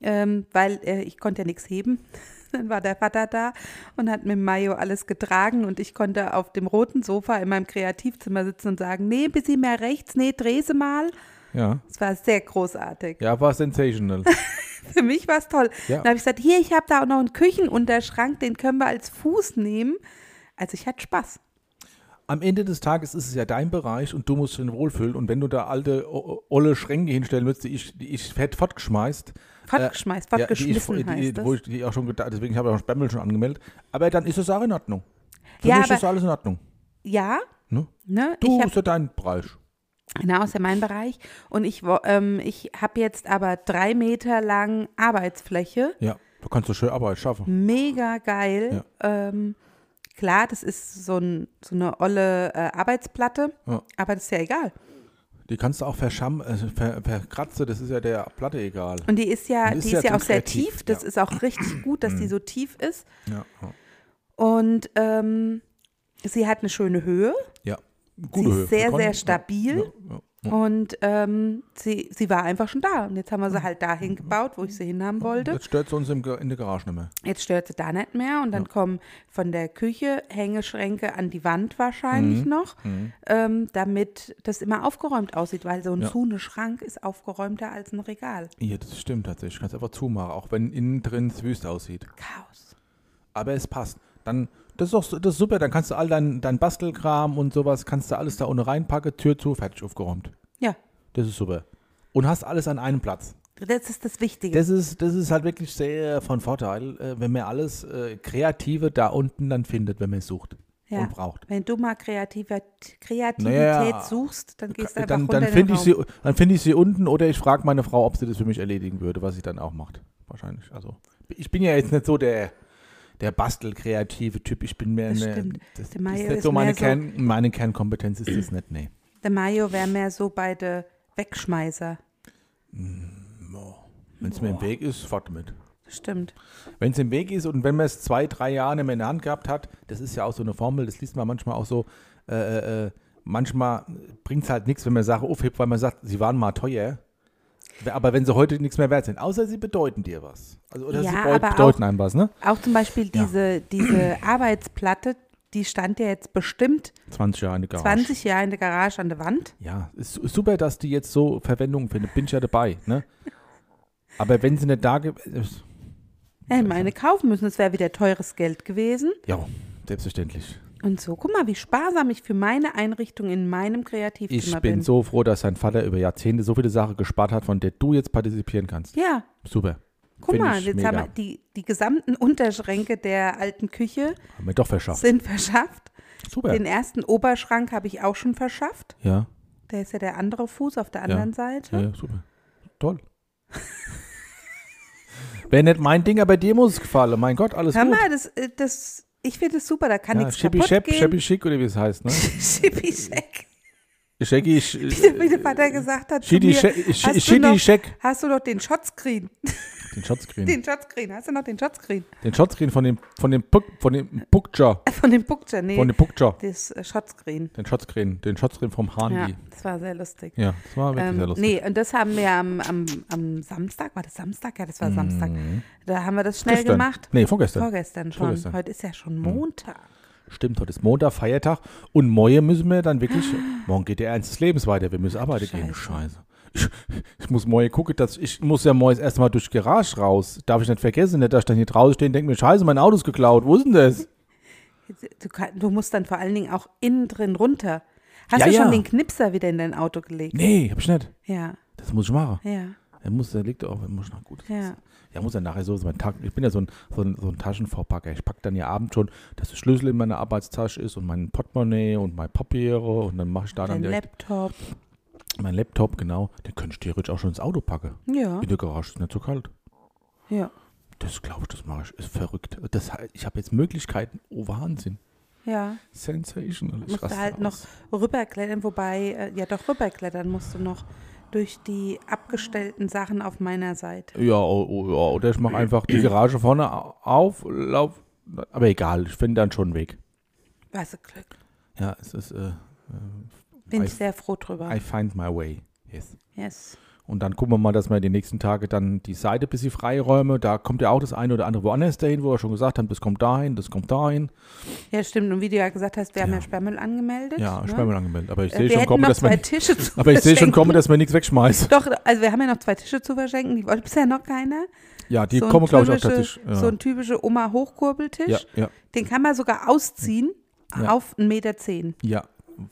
S2: ähm, weil äh, ich konnte ja nichts heben. Dann war der Vater da und hat mit dem Mayo alles getragen und ich konnte auf dem roten Sofa in meinem Kreativzimmer sitzen und sagen, nee, ein bisschen mehr rechts, nee, dreh sie mal.
S1: Ja.
S2: Es war sehr großartig.
S1: Ja, war sensational.
S2: Für mich war es toll.
S1: Ja.
S2: Dann habe ich gesagt, hier, ich habe da auch noch einen Küchenunterschrank, den können wir als Fuß nehmen. Also ich hatte Spaß.
S1: Am Ende des Tages ist es ja dein Bereich und du musst dich wohlfühlen. Und wenn du da alte, o- olle Schränke hinstellen würdest, die ich, die ich fett fortgeschmeißt.
S2: Fortgeschmeißt,
S1: äh,
S2: fortgeschmissen
S1: ja, die ich,
S2: heißt
S1: die,
S2: das.
S1: Wo ich die auch schon gedacht, deswegen habe ich auch Spammel schon angemeldet. Aber dann ist es auch in Ordnung. Für
S2: Ja,
S1: mich
S2: aber-
S1: ist alles in Ordnung.
S2: ja,
S1: Ne?
S2: ne?
S1: Du
S2: ich
S1: ist
S2: hab,
S1: ja dein Bereich.
S2: genau, ist ja mein Bereich. Und ich, wo- ähm, ich habe jetzt aber drei Meter lang Arbeitsfläche.
S1: Ja, du kannst so schön Arbeit schaffen.
S2: Hm. Mega geil. Ähm, klar, das ist so, ein, so eine olle äh, Arbeitsplatte,
S1: Ja.
S2: aber das ist ja egal.
S1: Die kannst du auch verschamm, äh, ver, verkratzen, das ist ja der Platte egal.
S2: Und die ist ja,
S1: Die
S2: die
S1: ist
S2: ist,
S1: ja
S2: ja
S1: zum
S2: auch sehr
S1: Kreativ,
S2: tief. Das
S1: ja. Mhm.
S2: ist auch richtig gut, dass die so tief ist.
S1: Ja,
S2: Und ähm, sie hat eine schöne Höhe.
S1: ja. gute
S2: sie
S1: Höhe.
S2: ist sehr,
S1: Konnten-
S2: sehr stabil.
S1: Ja, ja.
S2: Und ähm, sie, sie war einfach schon da. Und jetzt haben wir sie halt dahin gebaut, wo ich sie hinhaben wollte.
S1: Jetzt stört es uns im, Ge- in der Garage nicht mehr.
S2: Jetzt stört sie da nicht mehr. Und dann kommen von der Küche Hängeschränke an die Wand
S1: Mhm.
S2: wahrscheinlich noch, ähm, damit das immer aufgeräumt aussieht, weil so ein
S1: Ja.
S2: Zune-Schrank ist aufgeräumter als ein Regal.
S1: Ja, das stimmt tatsächlich. Kannst einfach zumachen, auch wenn innen drin es wüst aussieht.
S2: Chaos.
S1: Aber es passt. Dann, das ist doch so- das ist super. Dann kannst du all dein, dein Bastelkram und sowas, kannst du alles da unten reinpacken, Tür zu, fertig aufgeräumt.
S2: Ja,
S1: Das ist super. Und hast alles an einem Platz.
S2: das ist das Wichtige.
S1: Das ist, das ist halt wirklich sehr von Vorteil, äh, wenn man alles äh, Kreative da unten dann findet, wenn man es sucht
S2: ja.
S1: und braucht.
S2: Wenn du mal Kreativität, Kreativität
S1: Naja.
S2: suchst, dann gehst du einfach
S1: äh, Dann,
S2: runter in
S1: dann
S2: den
S1: finde ich,
S2: Raum.
S1: sie- dann find ich sie unten oder ich frage meine Frau, ob sie das für mich erledigen würde, was sie dann auch macht. Wahrscheinlich. Also, ich bin ja jetzt nicht so der, der bastelkreative Typ. Ich bin mehr
S2: Das
S1: eine.
S2: stimmt.
S1: Das,
S2: Der Mario
S1: ist nicht
S2: ist
S1: so meine,
S2: mehr so-
S1: Kern, meine Kernkompetenz, ist das nicht. Nee.
S2: Der Mayo wäre mehr so bei der Wegschmeißer.
S1: Wenn es mir im Weg ist, fort mit.
S2: Stimmt.
S1: Wenn es im Weg ist und wenn man es zwei, drei Jahre nicht mehr in der Hand gehabt hat, das ist ja auch so eine Formel, das liest man manchmal auch so, äh, äh, manchmal bringt es halt nichts, wenn man Sachen aufhebt, weil man sagt, sie waren mal teuer. Aber wenn sie heute nichts mehr wert sind, außer sie bedeuten dir was. Also, oder
S2: Ja,
S1: sie
S2: aber
S1: beut- bedeuten einem was, ne?
S2: Auch zum Beispiel
S1: Ja.
S2: diese, diese Arbeitsplatte, die stand ja jetzt bestimmt
S1: 20 Jahre in der Garage.
S2: 20 Jahre in der Garage an der Wand.
S1: Ja, ist su- super, dass die jetzt so Verwendung findet. Bin ich ja dabei, ne? Aber wenn sie nicht da ge- ist-
S2: Ja, hätte man eine kaufen müssen, es wäre wieder teures Geld gewesen.
S1: Ja, selbstverständlich.
S2: Und so, guck mal, wie sparsam ich für meine Einrichtung in meinem
S1: Ich
S2: Kreativzimmer
S1: bin so froh, dass dein Vater über Jahrzehnte so viele Sachen gespart hat, von der du jetzt partizipieren kannst.
S2: ja,
S1: Super.
S2: guck
S1: Find
S2: mal,
S1: ich
S2: jetzt
S1: mega.
S2: haben wir die, die gesamten Unterschränke der alten Küche
S1: Haben wir doch verschafft.
S2: sind verschafft.
S1: Super.
S2: Den ersten Oberschrank habe ich auch schon verschafft.
S1: Ja,
S2: Der ist ja der andere Fuß auf der anderen Seite.
S1: ja, ja, super. Toll. Wäre nicht mein Ding, aber dir muss es gefallen. Mein Gott, alles
S2: Hör
S1: gut.
S2: mal, das, äh, das, ich finde es super, da kann
S1: Ja,
S2: nichts
S1: Schippi
S2: kaputt
S1: Schepp,
S2: gehen.
S1: Scheppi Schick oder wie es heißt, ne?
S2: Schippi-Scheck.
S1: Schecki, Sch-
S2: Wie der Vater gesagt hat, zu
S1: Schidi
S2: mir,
S1: Scheck- Sch-
S2: hast du
S1: Schidi
S2: noch-
S1: Scheck.
S2: Hast du noch den Shotscreen?
S1: den Shotscreen.
S2: Den Shotscreen, hast du noch den Shotscreen?
S1: Den Shotscreen von dem, von dem, Puck, von dem Puckjaw.
S2: Von dem Bookcher, nee.
S1: Von dem Puckjaw.
S2: das äh, Shotscreen.
S1: Den Shotscreen. Den Shotscreen vom
S2: Ja,
S1: Hahn.
S2: das war sehr lustig.
S1: Ja, das war wirklich
S2: Ähm,
S1: sehr lustig.
S2: nee, und das haben wir am, am, am Samstag, war das Samstag? Ja, das war Samstag. Da haben wir das schnell
S1: Mhm. Gestern.
S2: gemacht.
S1: Nee, vorgestern.
S2: Vorgestern schon.
S1: Vorgestern. Mhm.
S2: Heute ist ja schon Montag.
S1: Stimmt, heute ist Montag, Feiertag. Und morgen müssen wir dann wirklich, morgen geht der Ernst des Lebens weiter. Wir müssen arbeiten gehen. Scheiße. Ich, ich muss morgen gucken, dass ich muss ja morgens erstmal durch die Garage raus. Darf ich nicht vergessen, nicht, dass ich dann hier draußen stehe und denke mir, scheiße, mein Auto ist geklaut. Wo ist denn das?
S2: Du, kann, du musst dann vor allen Dingen auch innen drin runter. Hast
S1: Ja,
S2: du schon
S1: ja.
S2: den Knipser wieder in dein Auto gelegt?
S1: Nee, hab ich nicht.
S2: Ja,
S1: Das muss ich machen.
S2: ja,
S1: Er muss, der liegt auch, er muss noch gut.
S2: ja.
S1: Ja, muss ja nachher so, so mein Tag, ich bin ja so ein, so ein, so ein Taschenvorpacker. Ich packe dann ja abends schon, dass der Schlüssel in meiner Arbeitstasche ist und mein Portemonnaie und mein Papiere und dann mache ich da dann
S2: Dein
S1: direkt
S2: Laptop.
S1: mein Laptop, genau. Den könnte ich theoretisch auch schon ins Auto packen.
S2: Ja,
S1: In der Garage ist nicht so kalt.
S2: ja,
S1: Das glaube ich, das mache ich. Ist verrückt. Das, he- ich habe jetzt Möglichkeiten. Oh, Wahnsinn.
S2: ja.
S1: Sensational. Ich
S2: Musst du
S1: raste
S2: halt
S1: aus.
S2: noch rüberklettern, wobei, äh, ja doch, rüberklettern musst du noch durch die abgestellten Sachen auf meiner Seite.
S1: Ja, oh, oh, ja, oder ich
S2: Äh.
S1: mache einfach die Garage vorne au- auf, lauf. Aber egal, ich finde dann schon einen Weg.
S2: Was ein Glück.
S1: Ja, es ist, äh,
S2: Bin ich
S1: I-
S2: sehr froh drüber.
S1: I find my way. Yes.
S2: Yes.
S1: Und dann gucken wir mal, dass wir die nächsten Tage dann die Seite ein bisschen freiräume. Da kommt ja auch das eine oder andere woanders dahin, wo wir schon gesagt haben, das kommt dahin, das kommt dahin.
S2: Ja, stimmt. Und wie du ja gesagt hast, wir haben ja Sperrmüll angemeldet.
S1: Ja,
S2: ne?
S1: ich bin mal angemeldet. Aber ich
S2: Äh,
S1: sehe
S2: wir
S1: schon
S2: hätten
S1: kommen,
S2: noch
S1: dass
S2: zwei
S1: man,
S2: Tische zu
S1: aber ich sehe schon
S2: verschenken.
S1: kommen, dass man nichts wegschmeißt.
S2: Doch, also wir haben ja noch zwei Tische zu verschenken, die wollte bisher noch keiner.
S1: Ja, die
S2: So ein
S1: kommen, glaube ich, auch
S2: typische-
S1: tatsächlich. Ja.
S2: So ein typischer Oma-Hochkurbeltisch.
S1: ja, ja,
S2: Den kann man sogar ausziehen
S1: Ja.
S2: auf 1,10 Meter, zehn,
S1: ja.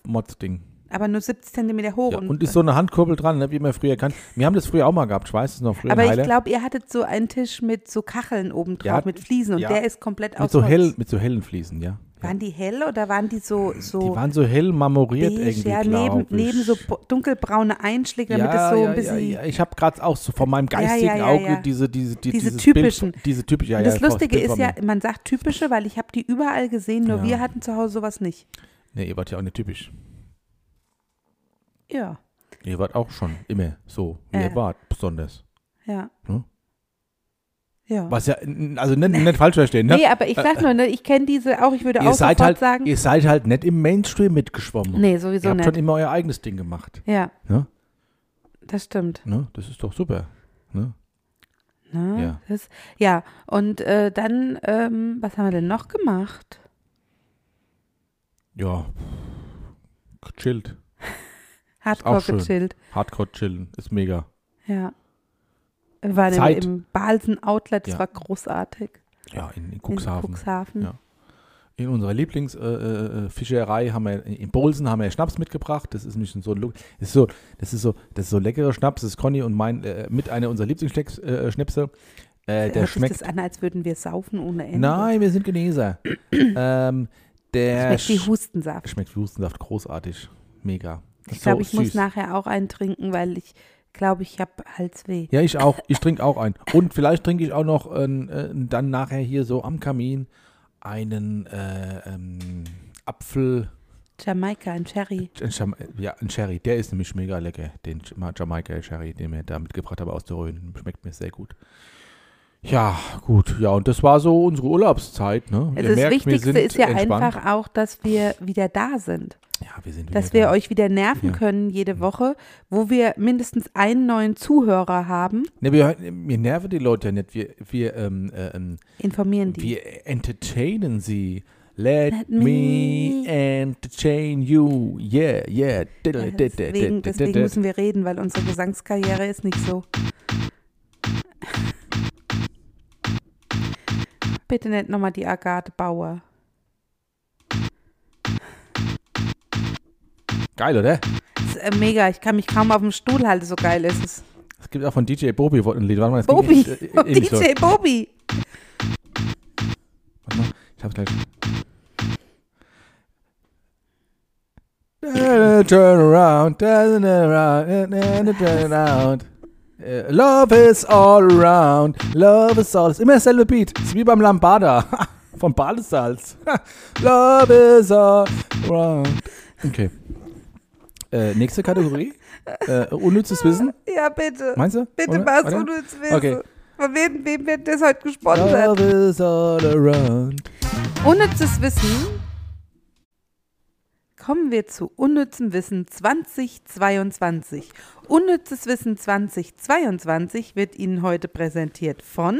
S1: Mods-Ding.
S2: aber nur 70 Zentimeter hoch.
S1: Ja, und ist so eine Handkurbel dran, ne, wie man früher kann. Wir haben das früher auch mal gehabt, ich weiß es noch früher. in
S2: aber ich
S1: Heile.
S2: glaube, ihr hattet so einen Tisch mit so Kacheln oben drauf,
S1: Ja,
S2: mit Fliesen und
S1: ja.
S2: der ist komplett
S1: mit
S2: aus
S1: so,
S2: Holz.
S1: hell, mit so hellen Fliesen, ja.
S2: Waren die hell oder waren die so,
S1: Die
S2: so
S1: waren so hell marmoriert irgendwie,
S2: Oh, ja,
S1: glaub
S2: neben,
S1: ich.
S2: neben so bo- dunkelbraune Einschläge, damit es so ein bisschen
S1: ja, ja. Ich habe gerade auch so von meinem
S2: ja,
S1: geistigen
S2: ja,
S1: Auge
S2: ja.
S1: diese, diese, die,
S2: Diese
S1: dieses Bild-
S2: typischen.
S1: diese typischen, ja,
S2: Und
S1: ja,
S2: das Lustige
S1: Bild
S2: ist
S1: von
S2: ja,
S1: mir.
S2: man sagt typische, weil ich habe die überall gesehen, nur
S1: Ja.
S2: wir hatten zu Hause sowas nicht.
S1: Nee, ihr wart ja auch nicht typisch.
S2: Ja,
S1: Ihr wart auch schon immer so, wie
S2: Äh.
S1: ihr wart, besonders.
S2: ja.
S1: Hm?
S3: Ja.
S1: Was ja, also nicht, nicht falsch verstehen, ne?
S2: Nee, aber ich sag nur, ne, ich kenne diese auch, ich würde auch
S1: ihr seid
S2: sofort
S1: halt,
S2: sagen.
S1: ihr seid halt nicht im Mainstream mitgeschwommen.
S2: nee,
S1: ihr
S2: sowieso
S1: habt schon
S2: nicht.
S1: immer euer eigenes Ding gemacht.
S2: Ja,
S1: Ne?
S2: das stimmt.
S1: Ne? Das ist doch super. Ne?
S2: Ne?
S1: Ja.
S2: Das, ja, und äh, dann, ähm, was haben wir denn noch gemacht?
S1: Ja. Gechillt.
S2: Hardcore
S1: Ist auch schön.
S2: gechillt.
S1: Hardcore chillen. Ist mega.
S2: Ja. Wir waren
S1: Zeit.
S2: im, im Balsen Outlet, das
S1: Ja.
S2: war großartig.
S1: Ja, in, in
S2: In
S1: Cuxhaven. In,
S2: Cuxhaven.
S1: Ja. unserer Lieblingsfischerei äh, Fischerei haben wir, in Bolsen haben wir Schnaps mitgebracht. Das ist nicht so ein Look. Das ist so, das ist so, das ist so leckerer Schnaps. Das ist Conny und mein, äh, mit einer unserer Lieblingsschnäpse. Äh, Schnäpse. äh, der
S2: Hört sich
S1: schmeckt
S2: das an, als würden wir saufen ohne Ende.
S1: Nein, wir sind Geneser. ähm, der
S2: Schmeckt wie Hustensaft.
S1: sch- schmeckt Hustensaft großartig. Mega.
S2: Ich
S1: So
S2: glaube, ich muss
S1: süß.
S2: nachher auch einen trinken, weil ich glaube, ich habe Halsweh.
S1: Ja, ich auch. Ich trinke auch einen. Und vielleicht trinke ich auch noch ähm, äh, dann nachher hier so am Kamin einen äh, ähm, Apfel,
S2: Jamaika, ein Cherry.
S1: ein Jam- ja, ein Sherry. Der ist nämlich mega lecker. Den Jama- Jamaika-Sherry, den wir da mitgebracht haben aus der Rhön. Schmeckt mir sehr gut. Ja, gut. Ja, und das war so unsere Urlaubszeit. Ne?
S2: Also das
S1: Ihr merkt, wir
S2: Wichtigste
S1: sind
S2: ist ja
S1: entspannt.
S2: einfach auch, dass wir wieder da sind.
S1: ja, wir sind
S2: Dass
S1: wieder
S2: wir
S1: da.
S2: euch wieder nerven
S1: Ja.
S2: können jede Woche, wo wir mindestens einen neuen Zuhörer haben.
S1: Ne, wir, wir nerven die Leute ja nicht. Wir, wir, ähm, äh, ähm,
S2: Informieren die.
S1: wir entertainen sie. Let,
S2: Let me-
S1: me entertain you. Yeah, yeah.
S2: Ja,
S1: Diddle, diddle,
S2: Also deswegen,
S1: diddle,
S2: deswegen
S1: diddle.
S2: müssen wir reden, weil unsere Gesangskarriere ist nicht so. Bitte nicht nochmal die Agathe Bauer.
S1: Geil, oder?
S2: Das ist äh, mega, ich kann mich kaum auf dem Stuhl halten, so geil ist es.
S1: Es gibt auch von DJ Bobby ein Lied. Warte mal, das ging
S2: Bobby,
S1: echt, äh, äh, ähnlich so.
S2: DJ Bobby.
S1: Warte mal, ich hab's gleich. Turn around, turn around, turn around. Äh, Love is all around, love is all. Ist immer dasselbe Beat. Ist wie beim Lambada. Von Badesalz. love is all around. Okay. Äh, nächste Kategorie. Äh, unnützes Wissen.
S2: Ja, bitte.
S1: Meinst du?
S2: Bitte
S1: Oder?
S2: mach's
S1: Oder?
S2: unnütz wissen.
S1: Okay.
S2: Von wem, wem wird das heute gesponsert?
S1: Love is all around.
S2: Unnützes Wissen. Kommen wir zu Unnützem Wissen 2022. Unnützes Wissen 2022 wird Ihnen heute präsentiert von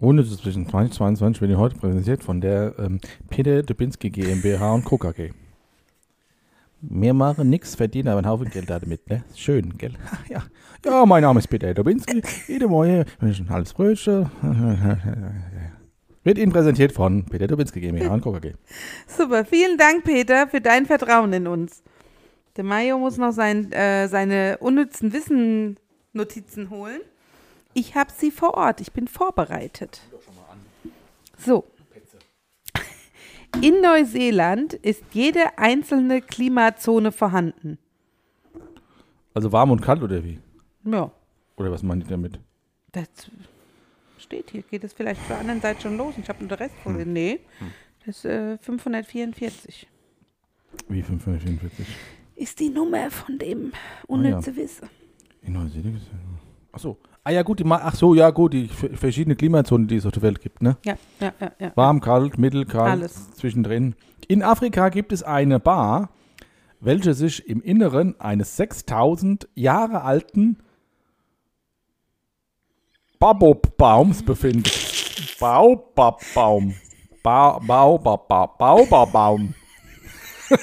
S1: Unnützes zwischen 2022 wird Ihnen heute präsentiert von der ähm, Peter Dubinski GmbH und Coca G. Wir machen nichts, verdienen aber einen Haufen Geld damit, ne? Ist Schön, gell? Ja. ja, mein Name ist Peter Dubinski. Jede Morgen wünsche ich ein halbes Brötchen. Wird Ihnen präsentiert von Peter Dubinski GmbH und Coca G.
S2: Super, vielen Dank, Peter, für dein Vertrauen in uns. Der Mayo muss noch sein, äh, seine unnützen Wissen-Notizen holen. Ich habe sie vor Ort, ich bin vorbereitet. So. In Neuseeland ist jede einzelne Klimazone vorhanden.
S1: Also warm und kalt oder wie?
S2: Ja,
S1: Oder was meint ihr damit?
S2: das steht hier. Geht es vielleicht auf der anderen Seite schon los? Ich habe nur den Rest vorgelesen. Nee, das ist äh, 544.
S1: Wie 544?
S2: Ist die Nummer von dem
S1: ja.
S2: unnütze Wissen.
S1: In Neuseeland? ist- Ach so. Ah ja, gut, die, ma- ach so, ja, gut, die v- verschiedenen Klimazonen, die es auf der Welt gibt, ne?
S2: Ja, ja, ja, ja.
S1: Warm, kalt, mittel, kalt,
S2: Alles.
S1: zwischendrin. In Afrika gibt es eine Bar, welche sich im Inneren eines 6000 Jahre alten Baobab-Baums befindet. Baobab-Baum. Ba- Baobab- Baobab-Baum.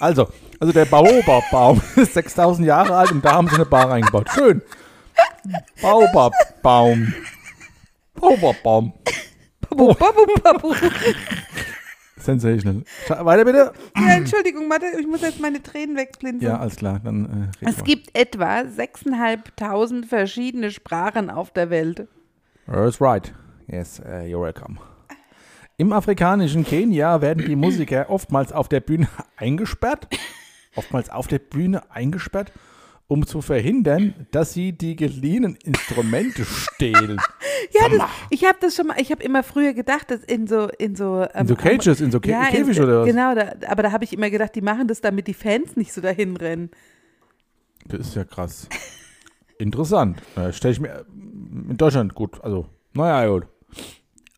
S1: Also, also der Baobab-Baum ist 6000 Jahre alt und da haben sie eine Bar reingebaut. Schön. Baobab-Baum. Baobab-Baum.
S2: Babu, babu, babu.
S1: Sensational. Scha- Weiter bitte?
S2: Ja, Entschuldigung, Mathe, ich muss jetzt meine Tränen wegplinsen.
S1: Ja, alles klar. Dann, äh,
S2: Es gibt etwa 6.500 verschiedene Sprachen auf der Welt.
S1: That's right. Yes, uh, you're welcome. Im afrikanischen Kenia werden die Musiker oftmals auf der Bühne eingesperrt, oftmals auf der Bühne eingesperrt, um zu verhindern, dass sie die geliehenen Instrumente stehlen.
S2: Ja,
S1: Sag
S2: das,
S1: mal.
S2: ich habe das schon mal, ich habe immer früher gedacht, dass in so in so ähm,
S1: In so Cages, in so Kä
S2: ja, in-
S1: Käfig oder was?
S2: Genau, da, aber da habe ich immer gedacht, die machen das, damit die Fans nicht so dahin rennen.
S1: Das ist ja krass. Interessant. Äh, Stelle ich mir äh, in Deutschland gut. Also, naja, gut.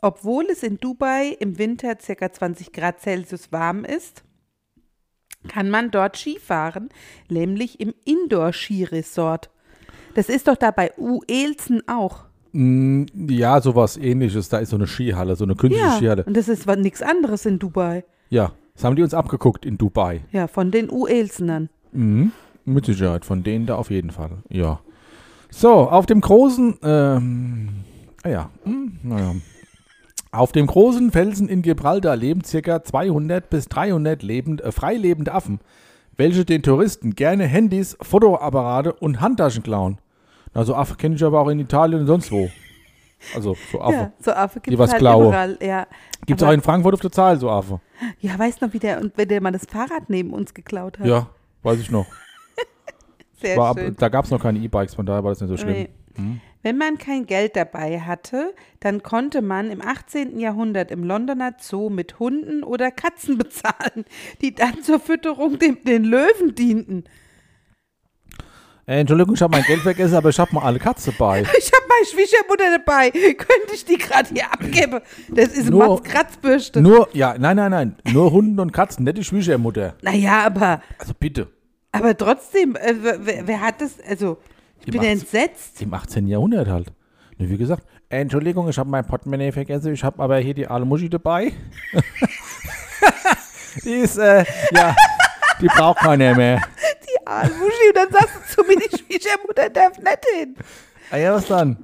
S2: Obwohl es in Dubai im Winter ca. 20 Grad Celsius warm ist, kann man dort Skifahren, nämlich im Indoor-Skiresort. Das ist doch da bei Uelzen auch.
S1: Mm, Ja, sowas ähnliches. Da ist so eine Skihalle, so eine künstliche Skihalle.
S2: und das ist nichts anderes in Dubai.
S1: Ja, das haben die uns abgeguckt in Dubai.
S2: Ja, von den Uelzenern.
S1: Mhm. Mit Sicherheit, von denen da auf jeden Fall. Ja. So, auf dem großen, ähm, ah ja, hm, naja. Auf dem großen Felsen in Gibraltar leben circa 200 bis 300 lebend, äh, freilebende Affen, welche den Touristen gerne Handys, Fotoapparate und Handtaschen klauen. Also Affe kenne ich aber auch in Italien und sonst wo. Also so Affe.
S2: Ja, so Affe
S1: Die
S2: gibt
S1: was
S2: es halt
S1: klaue.
S2: überall. Ja.
S1: Gibt es
S2: Aber-
S1: auch in Frankfurt auf der Zahl so Affe?
S2: Ja, weißt noch, wie der, und wenn der mal das Fahrrad neben uns geklaut hat.
S1: Ja, weiß ich noch.
S2: Sehr
S1: War, ab-
S2: schön.
S1: da gab es noch keine E-Bikes, von daher war das nicht so schlimm. Hm?
S2: Nee. Wenn man kein Geld dabei hatte, dann konnte man im 18. Jahrhundert im Londoner Zoo mit Hunden oder Katzen bezahlen, die dann zur Fütterung dem, den Löwen dienten.
S1: Äh, Entschuldigung, ich habe mein Geld vergessen, aber ich habe mal alle Katze bei.
S2: Ich habe meine Schwiegermutter dabei. Könnte ich die gerade hier abgeben? Das ist
S1: Nur-
S2: Mats Kratzbürste.
S1: Nur, ja, nein, nein, nein. Nur Hunden und Katzen, nicht die Schwiegermutter.
S2: Naja, aber,
S1: Also bitte.
S2: aber trotzdem, äh, wer, wer hat das? Also, ich
S1: Die
S2: bin
S1: macht's.
S2: entsetzt.
S1: Im 18. Jahrhundert halt. Nur wie gesagt, äh, Entschuldigung, ich habe mein Portemonnaie vergessen, ich habe aber hier die alte Muschi dabei. die ist, äh, ja, die braucht keiner mehr.
S2: Die Almuschi. Und dann sagst du zu mir, die Schwiegermutter darf nicht hin.
S1: Ah ja, was dann?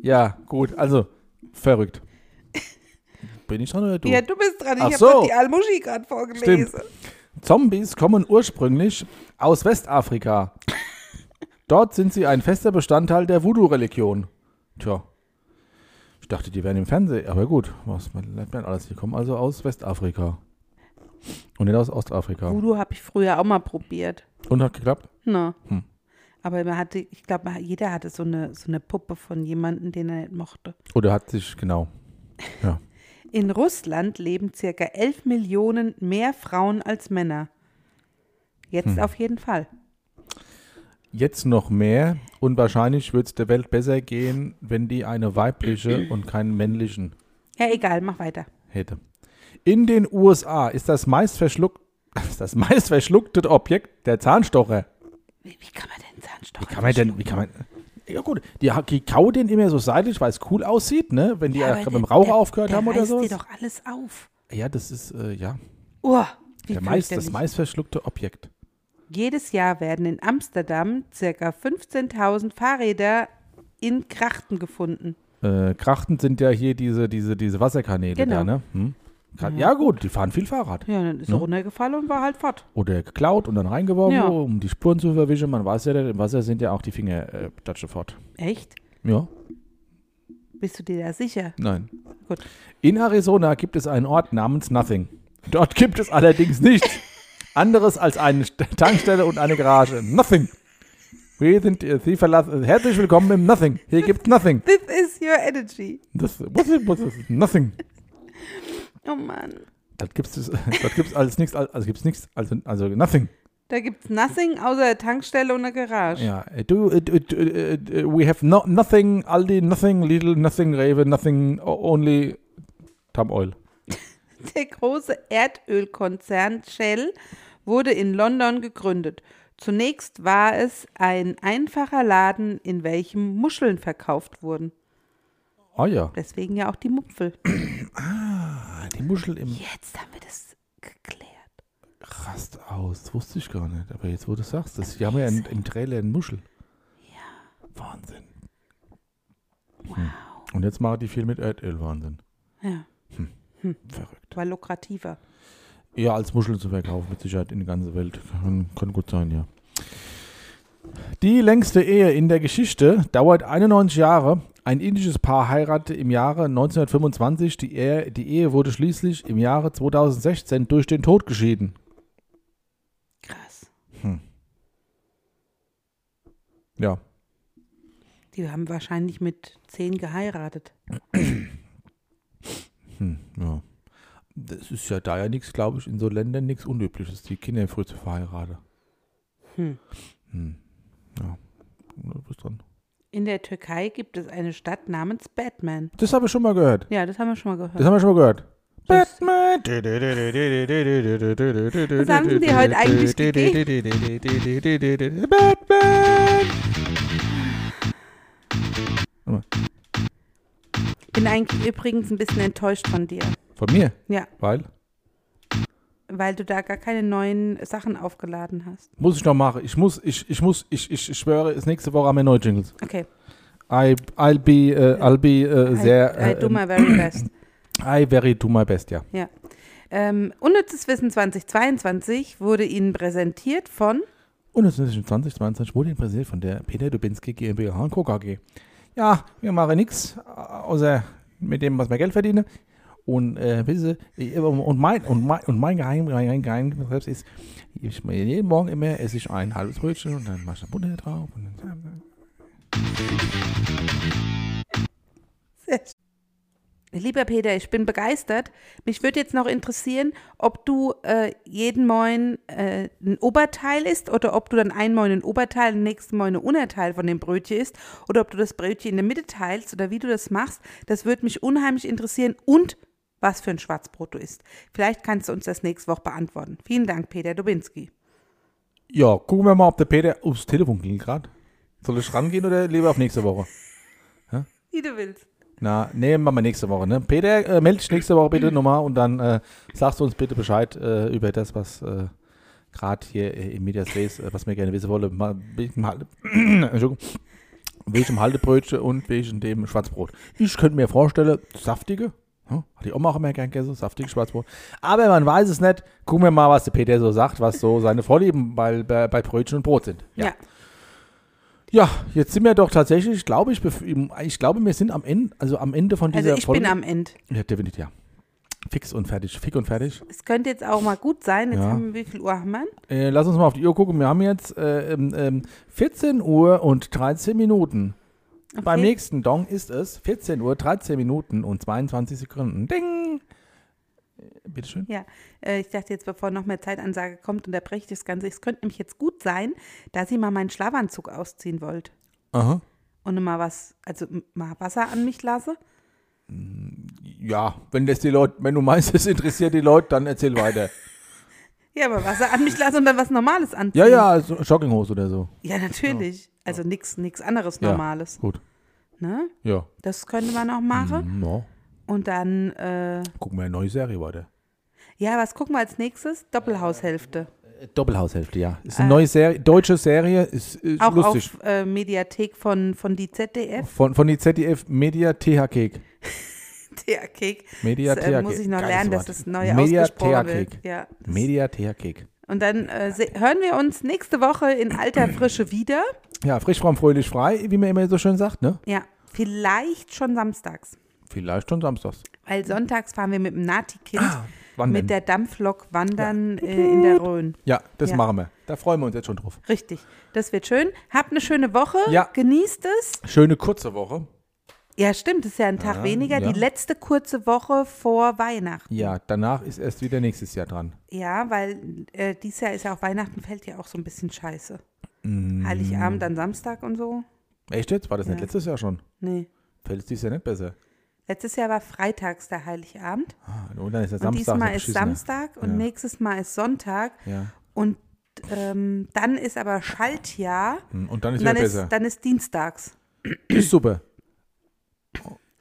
S1: Ja, gut, also, verrückt. Bin ich dran oder du?
S2: Ja, du bist dran. Ich
S1: Ach
S2: habe
S1: so.
S2: doch die Almuschi gerade vorgelesen.
S1: Stimmt. Zombies kommen ursprünglich aus Westafrika. Dort sind sie ein fester Bestandteil der Voodoo-Religion. Tja. Ich dachte, die wären im Fernsehen. Aber gut, was man lernt man alles. Die kommen also aus Westafrika. Und nicht aus Ostafrika.
S2: Voodoo habe ich früher auch mal probiert.
S1: Und hat geklappt?
S2: Na.
S1: Hm.
S2: Aber man hatte, ich glaube, jeder hatte so eine, so eine Puppe von jemandem, den er nicht mochte.
S1: Oder hat sich, genau. Ja.
S2: In Russland leben circa 11 Millionen mehr Frauen als Männer. Jetzt
S1: Hm.
S2: auf jeden Fall.
S1: Jetzt noch mehr. Und wahrscheinlich wird es der Welt besser gehen, wenn die eine weibliche und keinen männlichen
S2: Ja, egal, mach weiter.
S1: hätte. In den USA ist das meistverschluck, ist das meistverschluckte Objekt der Zahnstocher.
S2: Wie, wie kann man denn Zahnstocher?
S1: Wie kann man denn, wie kann man. Ja gut, die, ha- die kauen den immer so seitlich, weil es cool aussieht, ne? Wenn die ja, mit dem Rauch aufgehört haben oder so.
S2: Die doch alles auf.
S1: Ja, das ist, äh, ja,
S2: Oh, wie
S1: der meist, das
S2: fürchterlich.
S1: meistverschluckte Objekt.
S2: Jedes Jahr werden in Amsterdam circa 15.000 Fahrräder in Krachten gefunden.
S1: Äh, Krachten sind ja hier diese, diese, diese Wasserkanäle
S2: Genau.
S1: da, ne? Hm? Gra- Ja gut, die fahren viel Fahrrad.
S2: Ja, dann ist
S1: Ne?
S2: er runtergefallen und war halt fort.
S1: Oder geklaut und dann reingeworfen,
S2: Ja.
S1: um die Spuren zu verwischen. Man weiß ja, im Wasser sind ja auch die Finger äh, Datsche fort.
S2: Echt?
S1: Ja,
S2: Bist du dir da sicher?
S1: nein.
S2: Gut.
S1: In Arizona gibt es einen Ort namens Nothing. Dort gibt es allerdings nichts anderes als eine St- Tankstelle und eine Garage. Nothing. Wir sind äh, Sie verlassen. Herzlich willkommen im Nothing. Hier gibt's Nothing.
S2: This is your energy.
S1: Das was ist, was ist Nothing.
S2: Oh Mann.
S1: Dort gibt's es- dort gibt's alles nichts, als- also gibt's nichts, also also Nothing.
S2: Da gibt's nothing außer Tankstelle und eine Garage.
S1: Ja, äh, do, äh, do, äh, äh, we have no, nothing, Aldi, nothing, Lidl, nothing, Rewe, nothing, o- only Tam Oil.
S2: Der große Erdölkonzern Shell wurde in London gegründet. Zunächst war es ein einfacher Laden, in welchem Muscheln verkauft wurden.
S1: Ah ja,
S2: Deswegen ja auch die Mupfel.
S1: Ah, die Muschel im
S2: Jetzt haben wir das geklärt.
S1: Rast aus, das wusste ich gar nicht. Aber jetzt, wo du sagst, das, die haben ja in, im Trailer einen Muschel. Ja. Wahnsinn. Wow. Und jetzt machen die viel mit Erdöl, Wahnsinn.
S2: Ja,
S1: Hm.
S2: Hm.
S1: Verrückt.
S2: war lukrativer.
S1: Ja, als Muschel zu verkaufen, mit Sicherheit in der ganzen Welt. Kann, kann gut sein, ja. Die längste Ehe in der Geschichte dauert 91 Jahre. Ein indisches Paar heiratete im Jahre 1925. Die Ehe, die Ehe wurde schließlich im Jahre 2016 durch den Tod geschieden.
S2: Krass.
S1: Ja.
S2: Die haben wahrscheinlich mit zehn geheiratet.
S1: Hm, ja. Das ist ja da ja nichts, glaube ich, in so Ländern nichts Unübliches, die Kinder früh zu verheiraten.
S2: Hm.
S1: Hm, ja. du bist dran.
S2: In der Türkei gibt es eine Stadt namens Batman.
S1: Das habe ich schon mal gehört.
S2: Ja, das haben wir schon mal gehört.
S1: Das haben wir schon mal gehört.
S2: Das-
S1: Batman.
S2: Was haben die heute eigentlich
S1: gegeben? Batman.
S2: Bin eigentlich übrigens ein bisschen enttäuscht von dir,
S1: Von mir?
S2: Ja.
S1: Weil?
S2: weil du da gar keine neuen Sachen aufgeladen hast.
S1: Muss ich noch machen. Ich muss, ich, ich muss, ich, ich, ich schwöre, es nächste Woche haben wir neue Jingles.
S2: Okay.
S1: I, I'll be, äh, I'll be äh, sehr,
S2: I, I
S1: äh,
S2: do my very best.
S1: I very do my best, ja.
S2: Ähm, Unnützes Wissen 2022 wurde Ihnen präsentiert von
S1: Und es ist 2022 wurde Ihnen präsentiert von der Peter Dubinski GmbH und Co. KG. Ja, wir machen nichts, außer mit dem, was wir Geld verdienen. Und äh, wissen Sie, ich- und mein, und mein, und mein Geheimnis Geheim, Geheim, Geheimnis selbst ist, ich mache jeden Morgen immer, esse ich ein halbes Brötchen und dann mache ich da Butter drauf. Und dann,
S2: Lieber Peter, ich bin begeistert. Mich würde jetzt noch interessieren, ob du äh, jeden Moin äh, ein Oberteil isst oder ob du dann ein Moin ein Oberteil, den nächsten Moin ein Unterteil von dem Brötchen isst oder ob du das Brötchen in der Mitte teilst oder wie du das machst. Das würde mich unheimlich interessieren und was für ein Schwarzbrot du isst. Vielleicht kannst du uns das nächste Woche beantworten. Vielen Dank, Peter Dubinski.
S1: ja, gucken wir mal, ob der Peter aufs Telefon ging gerade. Soll ich rangehen oder lieber auf nächste Woche?
S2: Wie du willst.
S1: Na, nehmen wir mal nächste Woche, ne? Peter, äh, melde dich nächste Woche bitte nochmal und dann äh, sagst du uns bitte Bescheid äh, über das, was äh, gerade hier äh, im Medias Res, äh, was wir gerne wissen wollen. Mal, welchem Halte- Entschuldigung. Welchem Haltebrötchen und welchem dem Schwarzbrot. Ich könnte mir vorstellen, saftige. Hm? Hat die Oma auch immer gern gegessen, saftiges Schwarzbrot. Aber man weiß es nicht. Gucken wir mal, was der Peter so sagt, was so seine Vorlieben bei, bei, bei Brötchen und Brot sind.
S2: Ja.
S1: Ja, jetzt sind wir doch tatsächlich, glaube ich, bef- ich glaube, wir sind am Ende, also am Ende von dieser
S2: Also ich
S1: Folge.
S2: bin am Ende.
S1: Ja, definitiv, ja. Fix und fertig, fick und fertig.
S2: Es könnte jetzt auch mal gut sein. Jetzt
S1: Ja.
S2: haben wir, wie viel Uhr haben wir?
S1: Äh, lass uns mal auf die Uhr gucken. Wir haben jetzt äh, ähm, ähm, 14 Uhr und 13 Minuten. Beim nächsten Dong ist es 14 Uhr, 13 Minuten und 22 Sekunden. Ding! Äh, Bitteschön.
S2: Ja, äh, ich dachte jetzt, bevor noch mehr Zeitansage kommt, unterbreche ich das Ganze. Es könnte nämlich jetzt gut sein, dass ihr mal meinen Schlafanzug ausziehen wollt
S1: Aha.
S2: und mal was, also m- mal Wasser an mich lasse.
S1: Ja, wenn das die Leute, wenn du meinst, es interessiert die Leute, dann erzähl weiter.
S2: Ja, aber Wasser an mich lasse und dann was Normales anziehen.
S1: Ja, ja, so Jogginghose oder so.
S2: Ja, natürlich. Also nichts nix anderes
S1: Ja.
S2: Normales.
S1: Gut.
S2: Ne?
S1: Ja.
S2: Das könnte man auch machen.
S1: Mhm, ja.
S2: Und dann, äh,
S1: Gucken wir eine neue Serie weiter.
S2: ja, was gucken wir als nächstes? Doppelhaushälfte.
S1: Doppelhaushälfte, ja. Ist eine neue Serie, deutsche Serie, ist, ist
S2: Auch
S1: lustig.
S2: auf äh, Mediathek von, von die ZDF.
S1: Von, von die ZDF Media THK.
S2: Ja, Cake.
S1: Media
S2: Das äh,
S1: THK.
S2: muss ich noch
S1: Geiles
S2: lernen, dass
S1: Wort.
S2: das neue
S1: Media
S2: ausgesprochen
S1: THK.
S2: wird. Ja, das
S1: Media THK.
S2: Und dann äh, se- hören wir uns nächste Woche in alter Frische wieder.
S1: Ja, frisch, fromm, fröhlich, frei, wie man immer so schön sagt, ne?
S2: Ja, vielleicht schon samstags.
S1: Vielleicht schon samstags.
S2: Weil sonntags fahren wir mit dem Nati-Kind
S1: Wann
S2: mit
S1: denn?
S2: der Dampflok wandern äh, in der Rhön.
S1: Ja, das
S2: Ja.
S1: machen wir. Da freuen wir uns jetzt schon drauf.
S2: Richtig, das wird schön. Habt eine schöne Woche,
S1: Ja.
S2: genießt es.
S1: Schöne kurze Woche.
S2: Ja, stimmt, ist ja ein Tag weniger.
S1: ja.
S2: Die letzte kurze Woche vor Weihnachten.
S1: Ja, danach ist erst wieder nächstes Jahr dran.
S2: Ja, weil äh, dieses Jahr ist ja auch Weihnachten, fällt ja auch so ein bisschen scheiße. Heiligabend an Samstag und so.
S1: Echt jetzt? War das nicht letztes Jahr schon?
S2: Nee.
S1: Fällt es dieses Jahr nicht besser?
S2: Letztes Jahr war freitags der Heiligabend.
S1: Ah, Und dann ist der
S2: Und
S1: Samstag. noch
S2: diesmal ist
S1: beschissener.
S2: Samstag und
S1: Ja.
S2: nächstes Mal ist Sonntag.
S1: Ja.
S2: Und ähm, dann ist aber Schaltjahr.
S1: Hm, Und dann ist
S2: Und
S1: wieder
S2: dann, ist,
S1: besser.
S2: dann ist Dienstags.
S1: ist super.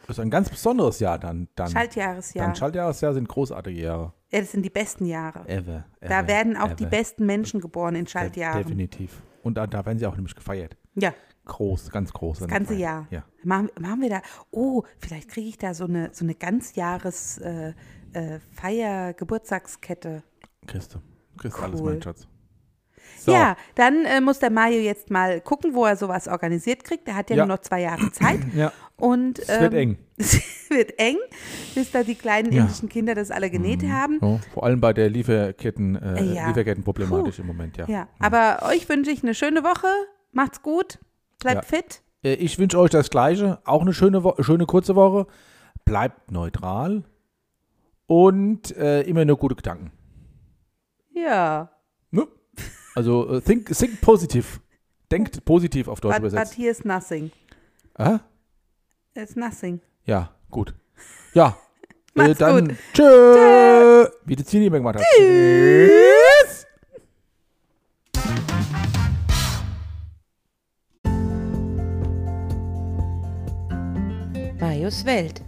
S1: Das ist ein ganz besonderes Jahr dann. dann.
S2: Schaltjahresjahr.
S1: Dann Schaltjahresjahr sind großartige Jahre.
S2: ja, das sind die besten Jahre.
S1: Ever. ever
S2: da werden auch die
S1: ever.
S2: besten Menschen geboren in
S1: De-
S2: Schaltjahren.
S1: Definitiv. Und da, da werden sie auch nämlich gefeiert.
S2: Ja,
S1: Groß, ganz groß.
S2: das ganze Jahr.
S1: Ja.
S2: Machen, machen wir da, oh, vielleicht kriege ich da so eine, so eine ganzjahres äh, äh, Feier-Geburtstagskette.
S1: Christe. Christe, alles
S2: Cool.
S1: mein Schatz. So.
S2: Ja, dann äh, muss der Mario jetzt mal gucken, wo er sowas organisiert kriegt. Er hat ja,
S1: Ja.
S2: nur noch zwei Jahre Zeit.
S1: Ja.
S2: Und,
S1: Es wird
S2: ähm,
S1: eng.
S2: Es wird eng, bis da die kleinen
S1: Ja. Mhm. Oh
S2: indischen Kinder das alle genäht haben.
S1: Ja, vor allem bei der Lieferketten, äh,
S2: Äh, ja.
S1: Lieferkettenproblematik
S2: Puh.
S1: im Moment, ja.
S2: Ja, aber euch wünsche ich eine schöne Woche. Macht's gut, bleibt fit.
S1: Äh, Ich wünsche euch das Gleiche. Auch eine schöne, Wo schöne kurze Woche. Bleibt neutral und äh, immer nur gute Gedanken.
S2: Ja.
S1: Ne? Also äh, think, think positive. Denkt positiv auf Deutsch
S2: But, but
S1: übersetzt.
S2: here is nothing.
S1: Ah?
S2: It's nothing.
S1: Ja, gut. Ja. äh,
S2: Macht's
S1: dann
S2: gut.
S1: tschö. Wie die Zini immer gemacht hat. Tschüss.
S4: Marius Welt.